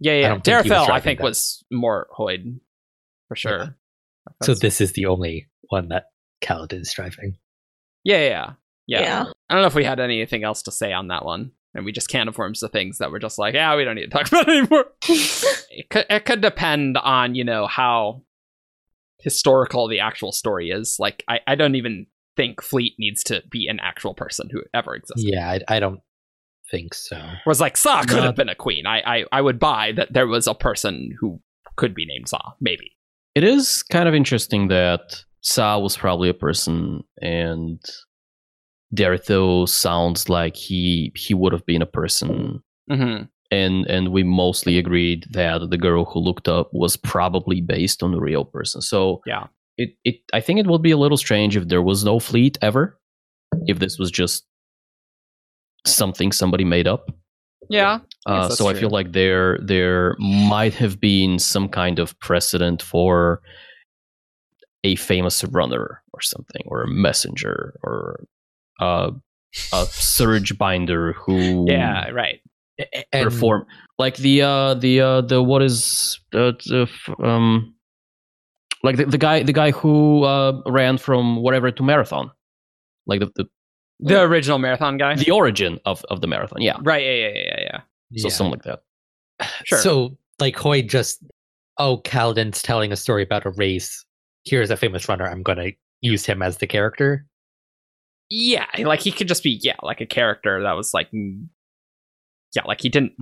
Speaker 1: yeah yeah
Speaker 2: don't think he was
Speaker 1: Darethel, i
Speaker 2: driving
Speaker 1: think
Speaker 2: that.
Speaker 1: was more hoyd for sure
Speaker 2: Yeah. So
Speaker 1: That's-
Speaker 2: this is the only one that Kaladin's driving.
Speaker 1: yeah yeah yeah, yeah.
Speaker 4: Yeah.
Speaker 1: I don't know if we had anything else to say on that one. And we just can of worms the things that we're just like, yeah, we don't need to talk <laughs> about it anymore. it, could, it could depend on, you know, how historical the actual story is. Like, I, I don't even think Fleet needs to be an actual person who ever existed.
Speaker 2: Yeah, I, I don't think so.
Speaker 1: Whereas, like, Sa could
Speaker 2: No.
Speaker 1: have been a queen. I, I, I would buy that there was a person who could be named Sa, maybe.
Speaker 3: it is kind of interesting that sa was probably a person and Daritho sounds like he he would have been a person
Speaker 1: Mm-hmm.
Speaker 3: and and we mostly agreed that the girl who looked up was probably based on a real person. So
Speaker 1: Yeah.
Speaker 3: it it I think it would be a little strange if there was no fleet ever, if this was just something somebody made up.
Speaker 1: Yeah. Yes,
Speaker 3: Uh,
Speaker 1: that's
Speaker 3: so I
Speaker 1: true.
Speaker 3: feel like there there might have been some kind of precedent for a famous runner or something, or a messenger, or uh, a surge binder who
Speaker 1: Yeah, right.
Speaker 2: A- and
Speaker 3: perform like the uh the uh the what is uh, the f- um like the, the guy the guy who uh ran from whatever to marathon like the the,
Speaker 1: The original marathon guy.
Speaker 3: the origin of of the marathon yeah
Speaker 1: right, yeah, yeah, yeah, yeah, yeah.
Speaker 3: so
Speaker 2: yeah.
Speaker 3: something like that
Speaker 1: Sure.
Speaker 2: So, like, Hoy just, oh, Kaladin's telling a story about a race. Here's a famous runner. I'm going to use him as the character.
Speaker 1: yeah like he could just be yeah like a character that was like mm, yeah like he didn't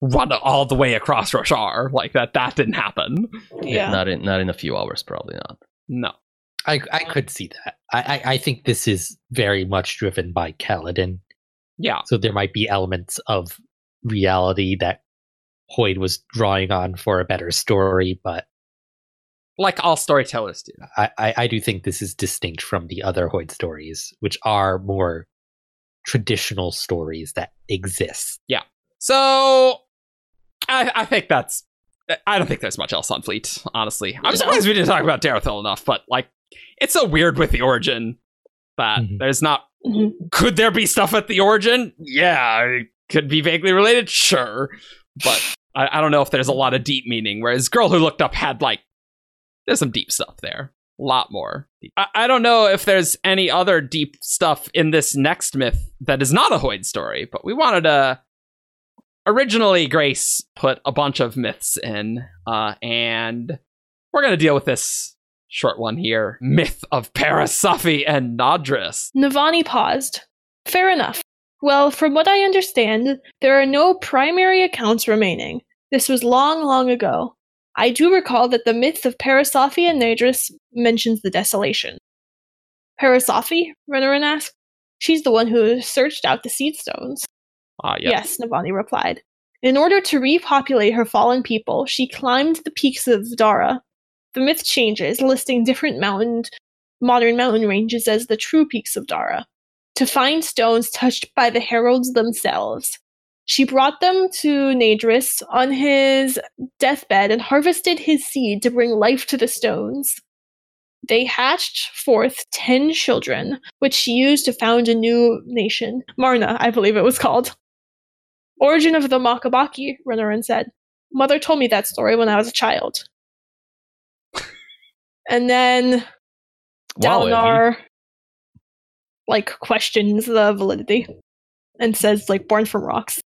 Speaker 1: run all the way across roshar like that that didn't happen
Speaker 4: Yeah.
Speaker 3: not in not in a few hours probably not
Speaker 1: no
Speaker 2: I, I could see that. I, I, I think this is very much driven by Kaladin.
Speaker 1: yeah
Speaker 2: So there might be elements of reality that Hoyd was drawing on for a better story, but
Speaker 1: like all storytellers do
Speaker 2: I, I, I do think this is distinct from the other Hoyd stories, which are more traditional stories that exist.
Speaker 1: so i i think that's i don't think there's much else on fleet honestly i'm surprised we didn't talk about Darethil enough but like it's so weird with the origin that
Speaker 2: Mhm.
Speaker 1: there's not
Speaker 4: Mhm.
Speaker 1: could there be stuff at the origin? Yeah, it could be vaguely related, sure. But I, I don't know if there's a lot of deep meaning. Whereas Girl Who Looked Up had like there's some deep stuff there. A lot more. I, I don't know if there's any other deep stuff in this next myth that is not a Hoyd story, but we wanted to originally Grace put a bunch of myths in, uh, and we're gonna deal with this short one here. Myth of Parasafi and Nodris.
Speaker 4: Navani paused. Fair enough. Well, from what I understand, there are no primary accounts remaining. This was long, long ago. I do recall that the myth of Parasafi and Nadris mentions the desolation. Parasafi? Renarin asked. She's the one who searched out the seed stones.
Speaker 1: Ah, yeah.
Speaker 4: Yes, Navani replied. In order to repopulate her fallen people, she climbed the peaks of Dara. The myth changes, listing different mountain, modern mountain ranges as the true peaks of Dara, to find stones touched by the heralds themselves. She brought them to Nadris on his deathbed and harvested his seed to bring life to the stones. They hatched forth ten children, which she used to found a new nation, Marna, I believe it was called. Origin of the Makabaki, Renarin said. Mother told me that story when I was
Speaker 3: <laughs>
Speaker 4: a child. and then
Speaker 3: Wow, Ellie.
Speaker 4: Dalinar like questions the validity and says like born from rocks.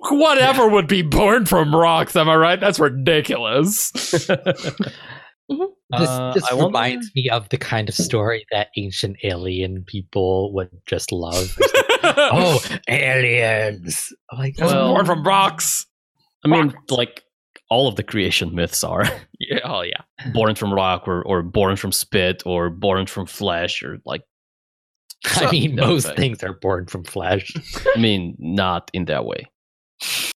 Speaker 1: Whatever would be born from rocks, am I right? That's
Speaker 3: <laughs>
Speaker 1: ridiculous.
Speaker 2: This,
Speaker 3: Uh,
Speaker 2: this
Speaker 3: I wonder-
Speaker 2: reminds me of the kind of story that ancient alien people would just <laughs> love.
Speaker 1: <laughs>
Speaker 2: oh, aliens! I'm like,
Speaker 1: That's
Speaker 3: Well-
Speaker 1: born from rocks.
Speaker 3: I mean, like all of the creation myths
Speaker 2: <laughs>
Speaker 3: are
Speaker 1: Yeah, oh yeah.
Speaker 3: born from rock or, or born from spit or born from flesh or like,
Speaker 2: <laughs> <laughs> I mean,
Speaker 3: No,
Speaker 2: most
Speaker 3: but-
Speaker 2: things are born from flesh.
Speaker 3: I mean, not in that way.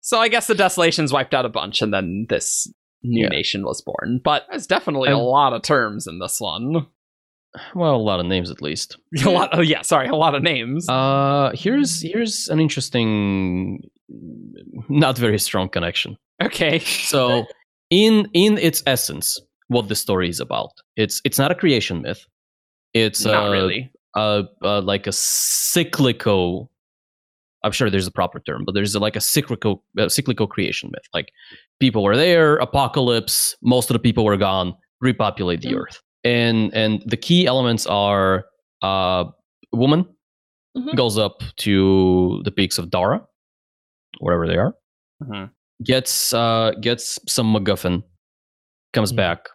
Speaker 1: So I guess the desolations wiped out a bunch, and then this new
Speaker 3: Yeah.
Speaker 1: nation was born. But there's definitely a
Speaker 3: And-
Speaker 1: lot of terms in this one. <laughs>
Speaker 3: Well, a lot of names at least.
Speaker 1: A lot. Oh yeah, sorry, a lot of names.
Speaker 3: Uh, here's here's an interesting, not very strong connection.
Speaker 1: okay.
Speaker 3: So, in in its essence, what the story is about, it's it's not a creation myth. It's
Speaker 1: Not
Speaker 3: uh,
Speaker 1: really.
Speaker 3: uh, uh, like a cyclical. I'm sure there's a proper term, but there's like a cyclical uh, cyclical creation myth. Like people were there, apocalypse. Most of the people were gone. Repopulate the
Speaker 4: Mhm.
Speaker 3: earth, and and the key elements are uh, woman
Speaker 4: Mhm.
Speaker 3: goes up to the peaks of Dara, wherever they are,
Speaker 1: Mhm.
Speaker 3: Mm-hmm. gets uh, gets some MacGuffin, comes
Speaker 1: Mm-hmm.
Speaker 2: Mhm.
Speaker 3: back,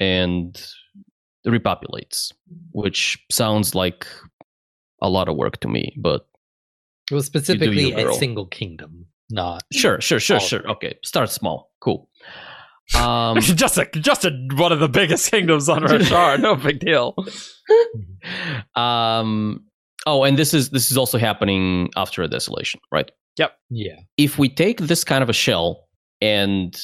Speaker 3: and repopulates, which sounds like a lot of work to me. But
Speaker 2: Well, specifically a
Speaker 3: girl.
Speaker 2: single kingdom, not
Speaker 3: sure, sure, sure,
Speaker 2: Oh.
Speaker 3: sure. Okay, start small. Cool.
Speaker 1: <laughs>
Speaker 3: Um,
Speaker 1: <laughs> just a, just a, one of the biggest kingdoms on
Speaker 3: <laughs>
Speaker 1: Rashar. no big deal.
Speaker 3: um, oh, and this is this is also happening after a desolation, right?
Speaker 2: yeah.
Speaker 3: if we take this kind of a shell and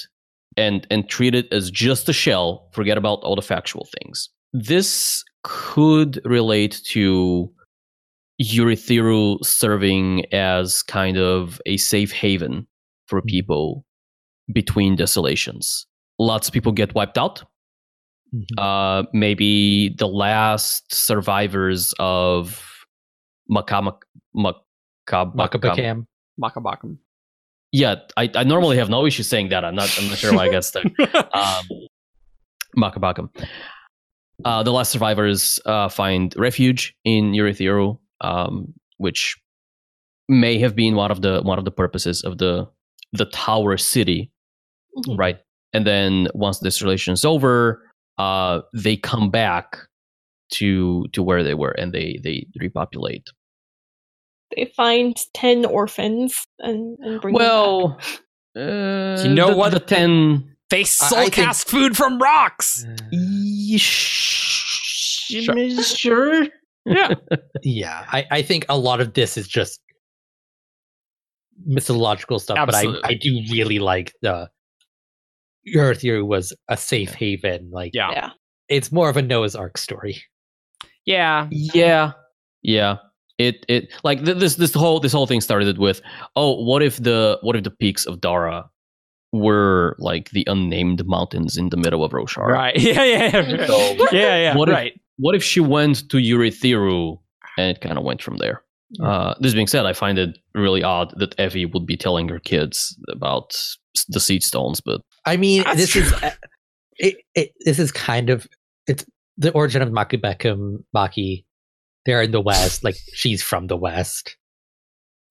Speaker 3: and and treat it as just a shell forget about all the factual things this could relate to Eurythiru serving as kind of a safe haven for people between desolations lots of people get wiped out
Speaker 2: Mhm.
Speaker 3: uh, maybe the last survivors of Makama, Mak, Makab,
Speaker 2: Makabakam.
Speaker 1: <laughs> Makabakam.
Speaker 3: yeah, I, I normally have no issue saying that. I'm not I'm not sure why I got
Speaker 4: <laughs>
Speaker 3: stuck. Um, Makabakam. Uh, the last survivors uh, find refuge in Eurythiru, um, which may have been one of the one of the purposes of the the Tower City,
Speaker 4: Mhm.
Speaker 3: right? And then once this relation is over, uh, they come back to to where they were and they they repopulate.
Speaker 4: They find ten orphans and, and bring them
Speaker 3: Well, uh,
Speaker 1: You know
Speaker 3: the-
Speaker 1: what?
Speaker 3: The ten
Speaker 1: they
Speaker 2: I- I
Speaker 1: soul
Speaker 2: think-
Speaker 1: cast food from rocks.
Speaker 2: Eh,
Speaker 3: Sure.
Speaker 1: Yeah.
Speaker 2: Yeah, I, I think a lot of this is just mythological stuff, but I, I
Speaker 1: Absolutely.
Speaker 2: do really like the your theory was a safe haven. Like,
Speaker 1: Yeah.
Speaker 4: Yeah.
Speaker 2: it's more of a Noah's Ark story.
Speaker 1: Yeah.
Speaker 3: Yeah, yeah. It it like th- this this whole this whole thing started with oh what if the what if the peaks of Dara were like the unnamed mountains in the middle of Roshar?
Speaker 1: Right. <laughs> Yeah.
Speaker 4: <laughs>
Speaker 1: Yeah. Yeah.
Speaker 3: <laughs> So
Speaker 1: yeah, yeah.
Speaker 3: What if-
Speaker 1: right.
Speaker 3: what if she went to Eurythiru and it kind of went from there? Uh, this being said, I find it really odd that Evie would be telling her kids about s- the seed stones, but
Speaker 2: I mean,
Speaker 1: That's
Speaker 2: this
Speaker 1: true.
Speaker 2: is uh, it, it. This is kind of it's the origin of Makubekum Maki. They're in the West. like she's from the West.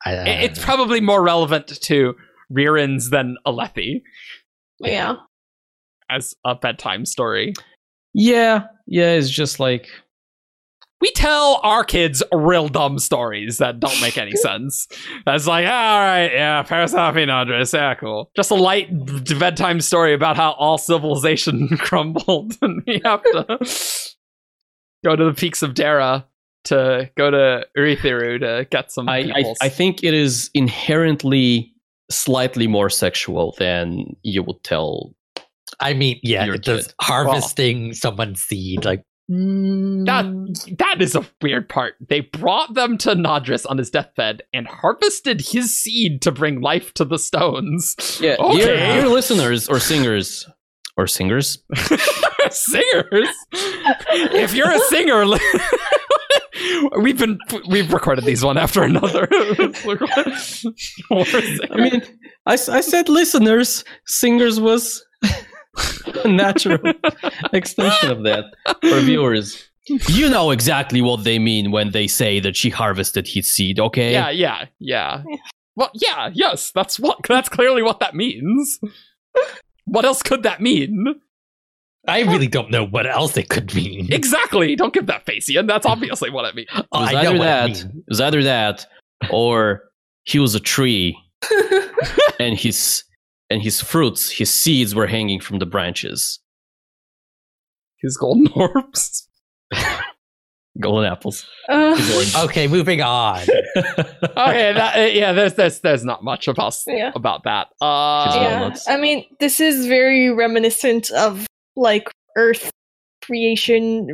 Speaker 2: I, I
Speaker 1: I-
Speaker 2: don't
Speaker 1: it's
Speaker 2: know.
Speaker 1: probably more relevant to Rearins than Alethi
Speaker 4: back. Yeah.
Speaker 1: as a bedtime story.
Speaker 3: yeah, yeah, it's just like
Speaker 1: We tell our kids real dumb stories that don't make any sense. That's like, "Ah, all right, yeah, Parasophy and Andres, yeah, cool. Just a light d- bedtime story about how all <laughs> civilization crumbled and we have to go to the peaks of Dara to go to Urithiru to get some
Speaker 3: I, I,
Speaker 1: peoples.
Speaker 3: I think it is inherently slightly more sexual than you would tell.
Speaker 2: I mean, yeah,
Speaker 3: Your
Speaker 2: it does
Speaker 3: kid.
Speaker 2: harvesting someone's seed. Like, mm,
Speaker 3: Hmm.
Speaker 1: that that is a weird part. They brought them to Nodris on his deathbed and harvested his seed to bring life to the stones.
Speaker 3: Yeah,
Speaker 1: <laughs> okay.
Speaker 3: your, your listeners or singers or singers.
Speaker 1: <laughs> singers. if you're a singer, <laughs> li- we've been we've recorded these one after another. <laughs> Or
Speaker 3: I
Speaker 1: singer.
Speaker 3: mean, I, s- I said listeners. Singers was <laughs>
Speaker 1: <laughs>
Speaker 3: a natural extension of that for viewers. You know exactly what they mean when they say that she harvested his seed, okay?
Speaker 1: yeah, yeah, yeah. Well, yeah, yes. That's what. That's clearly what that means. What else could that mean?
Speaker 2: I really don't know what else it could mean.
Speaker 1: Exactly. Don't give that face, Ian. That's obviously what it means.
Speaker 2: Oh,
Speaker 3: It was
Speaker 2: <laughs> I know
Speaker 3: either
Speaker 2: what
Speaker 3: that,
Speaker 2: it means.
Speaker 3: it was either that, or he was a tree, and his and his fruits, his seeds were hanging from the branches,
Speaker 1: His golden orbs. <laughs>
Speaker 3: golden apples. His
Speaker 4: <laughs> Uh,
Speaker 3: orange.
Speaker 2: Okay,
Speaker 1: <laughs>
Speaker 2: moving on.
Speaker 1: Okay. That, uh, yeah. There's there's there's not much of us
Speaker 4: yeah.
Speaker 1: about that. Uh,
Speaker 3: His
Speaker 4: yeah.
Speaker 3: walnuts.
Speaker 4: I mean, this is very reminiscent of like Earth creation.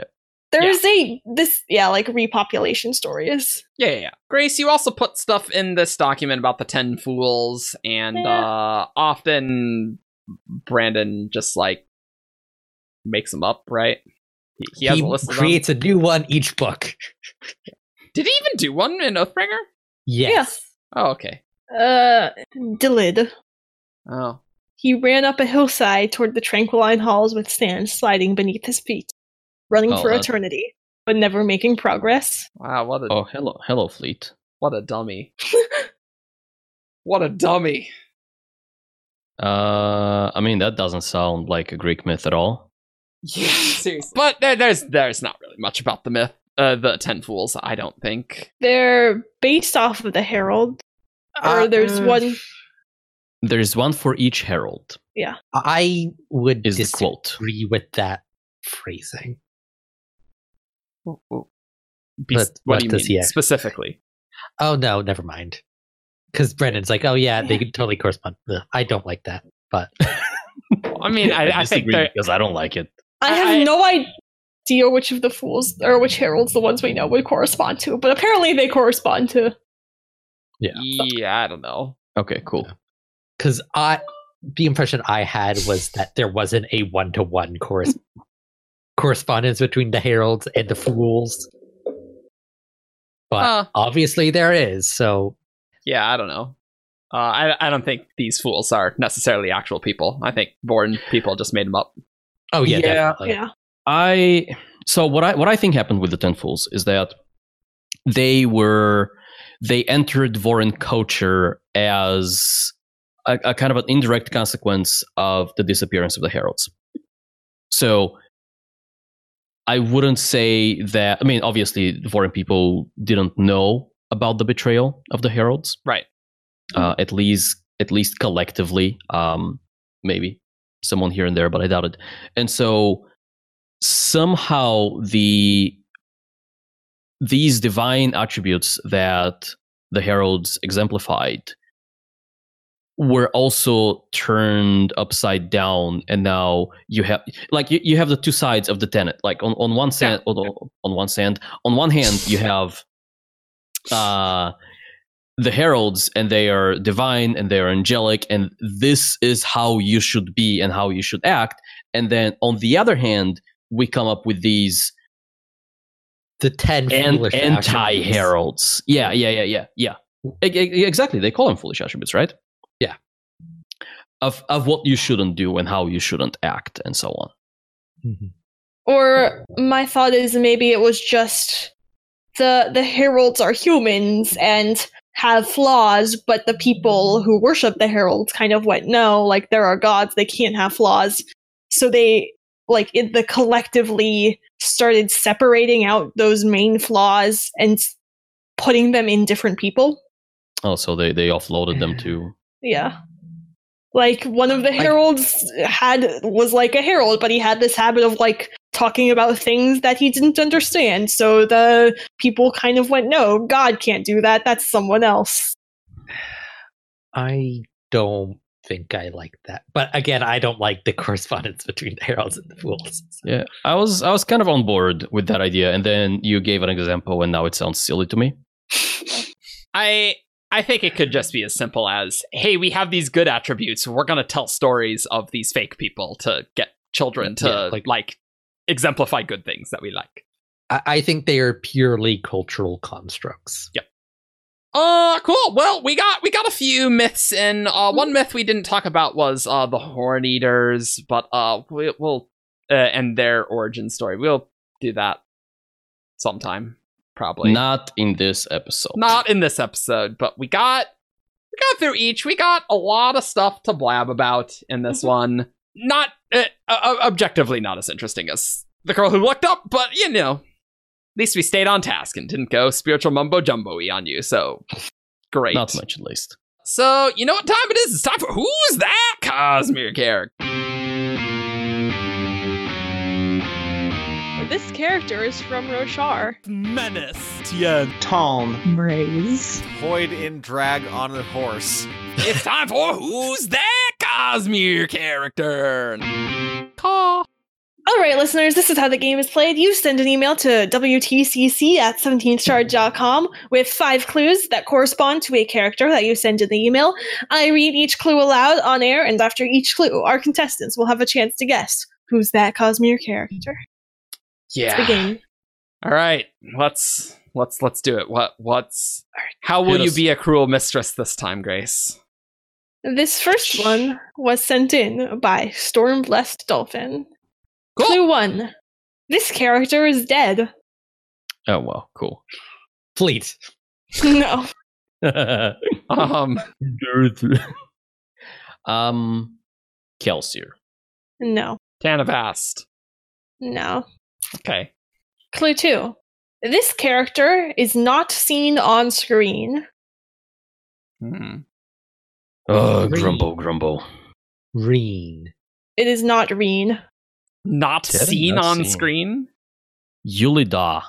Speaker 2: Uh,
Speaker 4: There's a this yeah, like repopulation stories.
Speaker 1: Yeah, yeah, yeah. Grace, you also put stuff in this document about the Ten Fools, and
Speaker 4: Yeah.
Speaker 1: uh, often Brandon just like makes them up, right? He, he has a list of them.
Speaker 2: creates a new one each book.
Speaker 1: Did he even do one in Oathbringer?
Speaker 2: Yes.
Speaker 1: Oh, okay.
Speaker 4: Uh, Dillid.
Speaker 1: Oh,
Speaker 4: He ran up a hillside toward the tranquiline halls with sand sliding beneath his feet, running
Speaker 3: Oh,
Speaker 4: for
Speaker 2: uh
Speaker 3: that-
Speaker 4: eternity, but never making progress.
Speaker 1: wow. What a
Speaker 3: Oh, hello, hello, fleet.
Speaker 1: what a <laughs> dummy. what a dummy.
Speaker 3: Uh, I mean, that doesn't sound like a Greek myth at all.
Speaker 1: Yeah, seriously. But there, there's there's not really much about the myth. Uh, the Ten Fools, I don't think.
Speaker 4: They're based off of the Herald, or
Speaker 2: Uh,
Speaker 4: there's one.
Speaker 3: There's one for each herald.
Speaker 2: I would
Speaker 3: Is the
Speaker 2: disagree
Speaker 3: quote?
Speaker 2: with that phrasing.
Speaker 1: Be-
Speaker 2: But
Speaker 1: what
Speaker 2: what
Speaker 1: do you
Speaker 2: does he
Speaker 1: mean
Speaker 2: act-
Speaker 1: specifically?
Speaker 2: Oh no, never mind. Because Brennan's like, oh yeah, they could totally correspond. Ugh, I don't like that, but
Speaker 1: I mean, I, I, think
Speaker 3: disagree
Speaker 1: there,
Speaker 3: because I don't like it.
Speaker 4: I have
Speaker 1: I-
Speaker 4: no idea which of the fools or which heralds the ones we know would correspond to, but apparently they correspond to.
Speaker 2: Yeah.
Speaker 1: yeah, I don't know.
Speaker 3: Okay, cool.
Speaker 2: because I, the impression I had was that there wasn't a one to one correspondence between the heralds and the fools. But
Speaker 1: Uh.
Speaker 2: obviously there is. So
Speaker 1: Yeah, I don't know. Uh, I I don't think these fools are necessarily actual people. I think born people just made them up.
Speaker 2: oh yeah,
Speaker 3: Yeah,
Speaker 2: definitely.
Speaker 4: Yeah.
Speaker 3: I so what I what I think happened with the Ten Fools is that they were they entered Vorin culture as a, a kind of an indirect consequence of the disappearance of the heralds. So I wouldn't say that. I mean, obviously, the foreign people didn't know about the betrayal of the heralds,
Speaker 1: Right.
Speaker 3: Uh, at least, at least collectively, um, maybe someone here and there, but I doubt it. And so somehow the these divine attributes that the heralds exemplified were also turned upside down and now you have like you, you have the two sides of the tenet like on, on one side on, on one sand on one hand you have uh the heralds and they are divine and they are angelic and this is how you should be and how you should act and then on the other hand we come up with these
Speaker 2: The ten
Speaker 3: an-
Speaker 2: foolish actions.
Speaker 3: anti heralds. Yeah, yeah, yeah, yeah, yeah. E- e- exactly. They call them foolish attributes, right?
Speaker 2: Yeah.
Speaker 3: Of of what you shouldn't do and how you shouldn't act and so on.
Speaker 2: Mhm.
Speaker 4: Or my thought is maybe it was just the the heralds are humans and have flaws, but the people who worship the heralds kind of went no, like there are gods, they can't have flaws. So they like it, the collectively started separating out those main flaws and s- putting them in different people.
Speaker 3: Oh, so they they offloaded them
Speaker 2: <sighs>
Speaker 3: to.
Speaker 4: Yeah. Like one of the heralds had was like a herald, but he had this habit of like talking about things that he didn't understand. So the people kind of went, no, God can't do that. That's someone else.
Speaker 2: I don't think I like that. But again, I don't like the correspondence between the heralds and the fools. So.
Speaker 3: Yeah, I was I was kind of on board with that idea, and then you gave an example, and now it sounds silly to me.
Speaker 1: I I think it could just be as simple as, hey, we have these good attributes. We're gonna tell stories of these fake people to get children to
Speaker 2: Yeah, like-
Speaker 1: like exemplify good things that we like.
Speaker 2: I, I think they are purely cultural constructs.
Speaker 1: Uh cool. Well, we got we got a few myths and uh one myth we didn't talk about was uh the horn eaters, but uh we, we'll uh, and their origin story. We'll do that sometime probably.
Speaker 3: Not in this episode.
Speaker 1: Not in this episode, but we got we got through each. We got a lot of stuff to blab about in this
Speaker 4: Mhm.
Speaker 1: one. Not uh, uh, objectively not as interesting as the girl who looked up, but you know, at least we stayed on task and didn't go spiritual mumbo jumbo y on you. So great.
Speaker 3: not much at least.
Speaker 1: So you know what time it is? It's time for who's that Cosmere character?
Speaker 4: This character is from Roshar.
Speaker 5: Menace. Tien.
Speaker 6: Tom.
Speaker 7: Braze.
Speaker 5: Void in drag on a horse.
Speaker 1: it's time for who's that Cosmere character? Caw.
Speaker 4: All right, listeners, this is how the game is played. You send an email to WTCC at 17shard.com with five clues that correspond to a character that you send in the email. I read each clue aloud on air, and after each clue, our contestants will have a chance to guess who's that Cosmere character.
Speaker 1: Yeah.
Speaker 4: It's the game.
Speaker 1: All right, let's let's let's do it. What what's how will
Speaker 3: Hit
Speaker 1: you
Speaker 3: us.
Speaker 1: be a cruel mistress this time, Grace?
Speaker 4: This first one was sent in by Storm Blessed Dolphin.
Speaker 1: Cool.
Speaker 4: Clue one. This character
Speaker 1: <laughs>
Speaker 4: is dead.
Speaker 3: Oh wow, cool.
Speaker 2: <laughs>
Speaker 3: <laughs>
Speaker 2: Fleet.
Speaker 4: no.
Speaker 1: Um,
Speaker 3: um, Kelsier.
Speaker 4: No.
Speaker 1: Tanavast.
Speaker 4: No.
Speaker 1: Okay.
Speaker 4: Clue two. This character is not seen on screen.
Speaker 1: Hmm.
Speaker 3: Oh,
Speaker 2: Three.
Speaker 3: grumble, grumble.
Speaker 2: Reen.
Speaker 4: It is not Reen.
Speaker 1: Not
Speaker 3: Teddy,
Speaker 1: seen
Speaker 3: not
Speaker 1: on
Speaker 3: seen.
Speaker 1: screen.
Speaker 3: Yulida.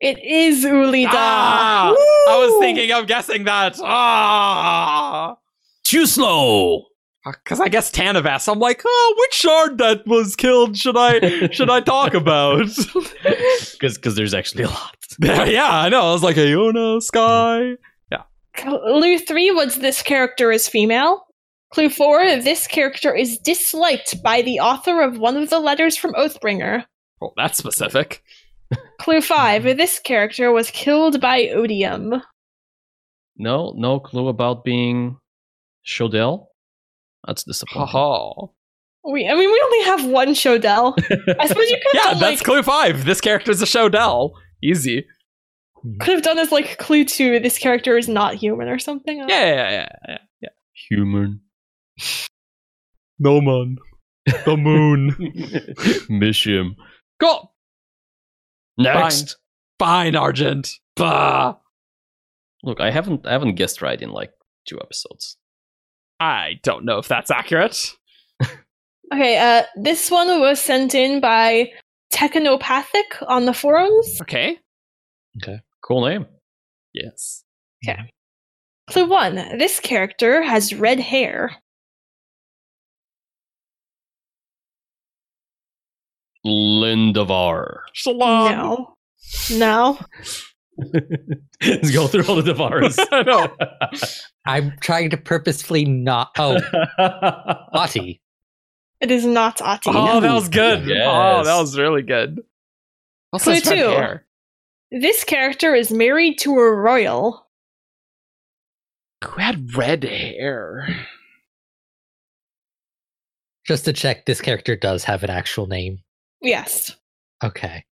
Speaker 4: It is Ulida.
Speaker 1: Ah, I was
Speaker 4: Woo!
Speaker 1: thinking of guessing that. Ah,
Speaker 3: Too slow.
Speaker 1: because I guess Tanavast. I'm like, oh, which shard that was killed should I should I talk
Speaker 3: <laughs>
Speaker 1: about? <laughs>
Speaker 3: Because there's actually a lot.
Speaker 1: yeah, I know. I was like, Iona, Sky.
Speaker 4: Clue three was this character is female. Clue four. This character is disliked by the author of one of the letters from Oathbringer.
Speaker 1: Well, that's specific.
Speaker 4: Clue five.
Speaker 1: Mm-hmm.
Speaker 4: This character was killed by Odium.
Speaker 3: No, no clue about being Shodel. That's
Speaker 1: Ha
Speaker 3: disappointing.
Speaker 1: ha.
Speaker 4: We, I mean, we only have
Speaker 1: <laughs>
Speaker 4: one Shodell. I suppose you could
Speaker 1: Yeah,
Speaker 4: have done,
Speaker 1: that's
Speaker 4: like,
Speaker 1: clue five. This character's a Shodell. Easy.
Speaker 4: could have done as like clue two. This character is not human or something.
Speaker 1: Yeah, yeah, yeah, yeah.
Speaker 3: Human.
Speaker 1: No man. The moon.
Speaker 3: <laughs> Mission.
Speaker 1: cool.
Speaker 3: Next.
Speaker 1: Fine, Argent. Bah.
Speaker 3: Look, I haven't I haven't guessed right in like two episodes.
Speaker 1: I don't know if that's accurate.
Speaker 4: Okay, uh, this one was sent in by Technopathic on the forums.
Speaker 1: Okay.
Speaker 3: Cool name.
Speaker 1: Yes.
Speaker 4: Clue one this character has red hair.
Speaker 1: <laughs>
Speaker 3: Lindavar.
Speaker 1: Shalom.
Speaker 4: no. No.
Speaker 3: Let's go through all the <laughs>
Speaker 1: <laughs>
Speaker 3: Devars.
Speaker 1: no.
Speaker 2: I'm trying to purposefully not.
Speaker 1: <laughs>
Speaker 2: Oh, Ati.
Speaker 4: It is not Ati.
Speaker 1: Oh, that was good.
Speaker 3: Yes.
Speaker 1: Oh, that was really good. Also,
Speaker 4: Clue
Speaker 1: it's red
Speaker 4: two.
Speaker 1: hair.
Speaker 4: This character is married to a royal.
Speaker 1: Who had red hair?
Speaker 2: Just to check, this character does have an actual name.
Speaker 4: Yes.
Speaker 2: Okay.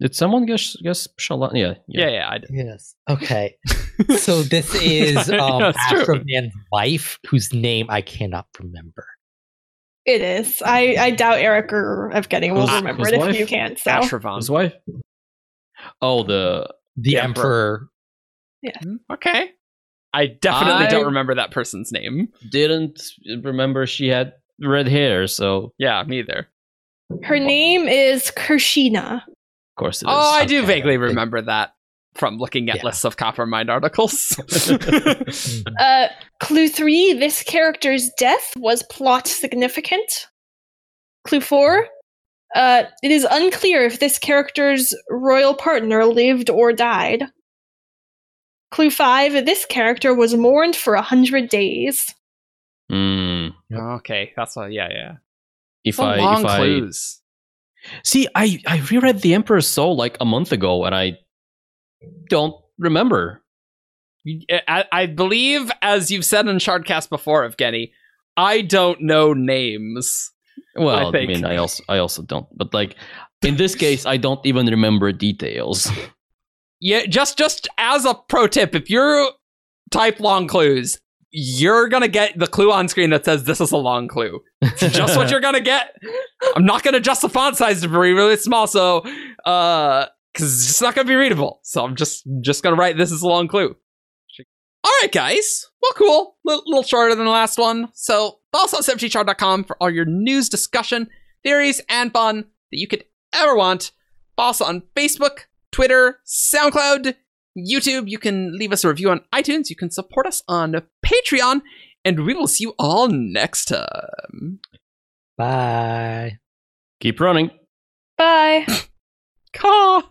Speaker 3: Did someone guess guess Shala? Yeah,
Speaker 1: Yeah, yeah, I did.
Speaker 2: Yes. Okay. <laughs> so this <laughs> is um,
Speaker 1: That's true.
Speaker 2: Astroman's wife, whose name I cannot remember.
Speaker 4: It is. I, I doubt Eric or of getting will
Speaker 3: Who's-
Speaker 4: remember
Speaker 3: who's
Speaker 4: it if
Speaker 3: wife?
Speaker 4: you can't. So
Speaker 1: Ashravan.
Speaker 3: His wife. Oh, the
Speaker 2: The
Speaker 1: The Emperor.
Speaker 2: Emperor.
Speaker 1: Hmm, Okay. I definitely
Speaker 3: I-
Speaker 1: don't remember that person's name.
Speaker 3: didn't remember she had red hair, so
Speaker 1: Yeah, me either.
Speaker 4: Her name is Kershina.
Speaker 3: of course it is.
Speaker 1: Oh, I do
Speaker 2: okay.
Speaker 1: vaguely remember that from looking at
Speaker 2: Yeah.
Speaker 1: lists of copper mine articles. <laughs> Mm.
Speaker 4: Uh, clue three: This character's death was plot significant. Clue four: uh, It is unclear if this character's royal partner lived or died. Clue five: This character was mourned for a hundred days.
Speaker 3: Mm.
Speaker 1: okay, that's what. Yeah, yeah.
Speaker 3: If
Speaker 1: Some
Speaker 3: I
Speaker 1: long
Speaker 3: if I
Speaker 1: clues.
Speaker 3: See, I I reread The Emperor's Soul like a month ago, and I don't remember.
Speaker 1: I, I believe, as you've said in Shardcast before, Evgeny, I don't know names.
Speaker 3: Well, I,
Speaker 1: think.
Speaker 3: mean, I also I also don't. But like in this case, I don't even
Speaker 1: <laughs>
Speaker 3: remember details.
Speaker 1: Yeah, just just as a pro tip, if you're type long clues, you're gonna get the clue on screen that says this is a long clue. It's just what you're gonna get. I'm not gonna adjust the font size to be really small, so uh, because it's just not gonna be readable. So I'm just just gonna write this is a long clue. All right, guys. Well, cool. A little shorter than the last one. So also sfgchar.com for all your news, discussion, theories, and fun that you could ever want. Also on Facebook, Twitter, SoundCloud, YouTube. You can leave us a review on iTunes. You can support us on Patreon. And we will see you all next time.
Speaker 2: Bye.
Speaker 3: Keep running.
Speaker 4: Bye.
Speaker 1: Caw.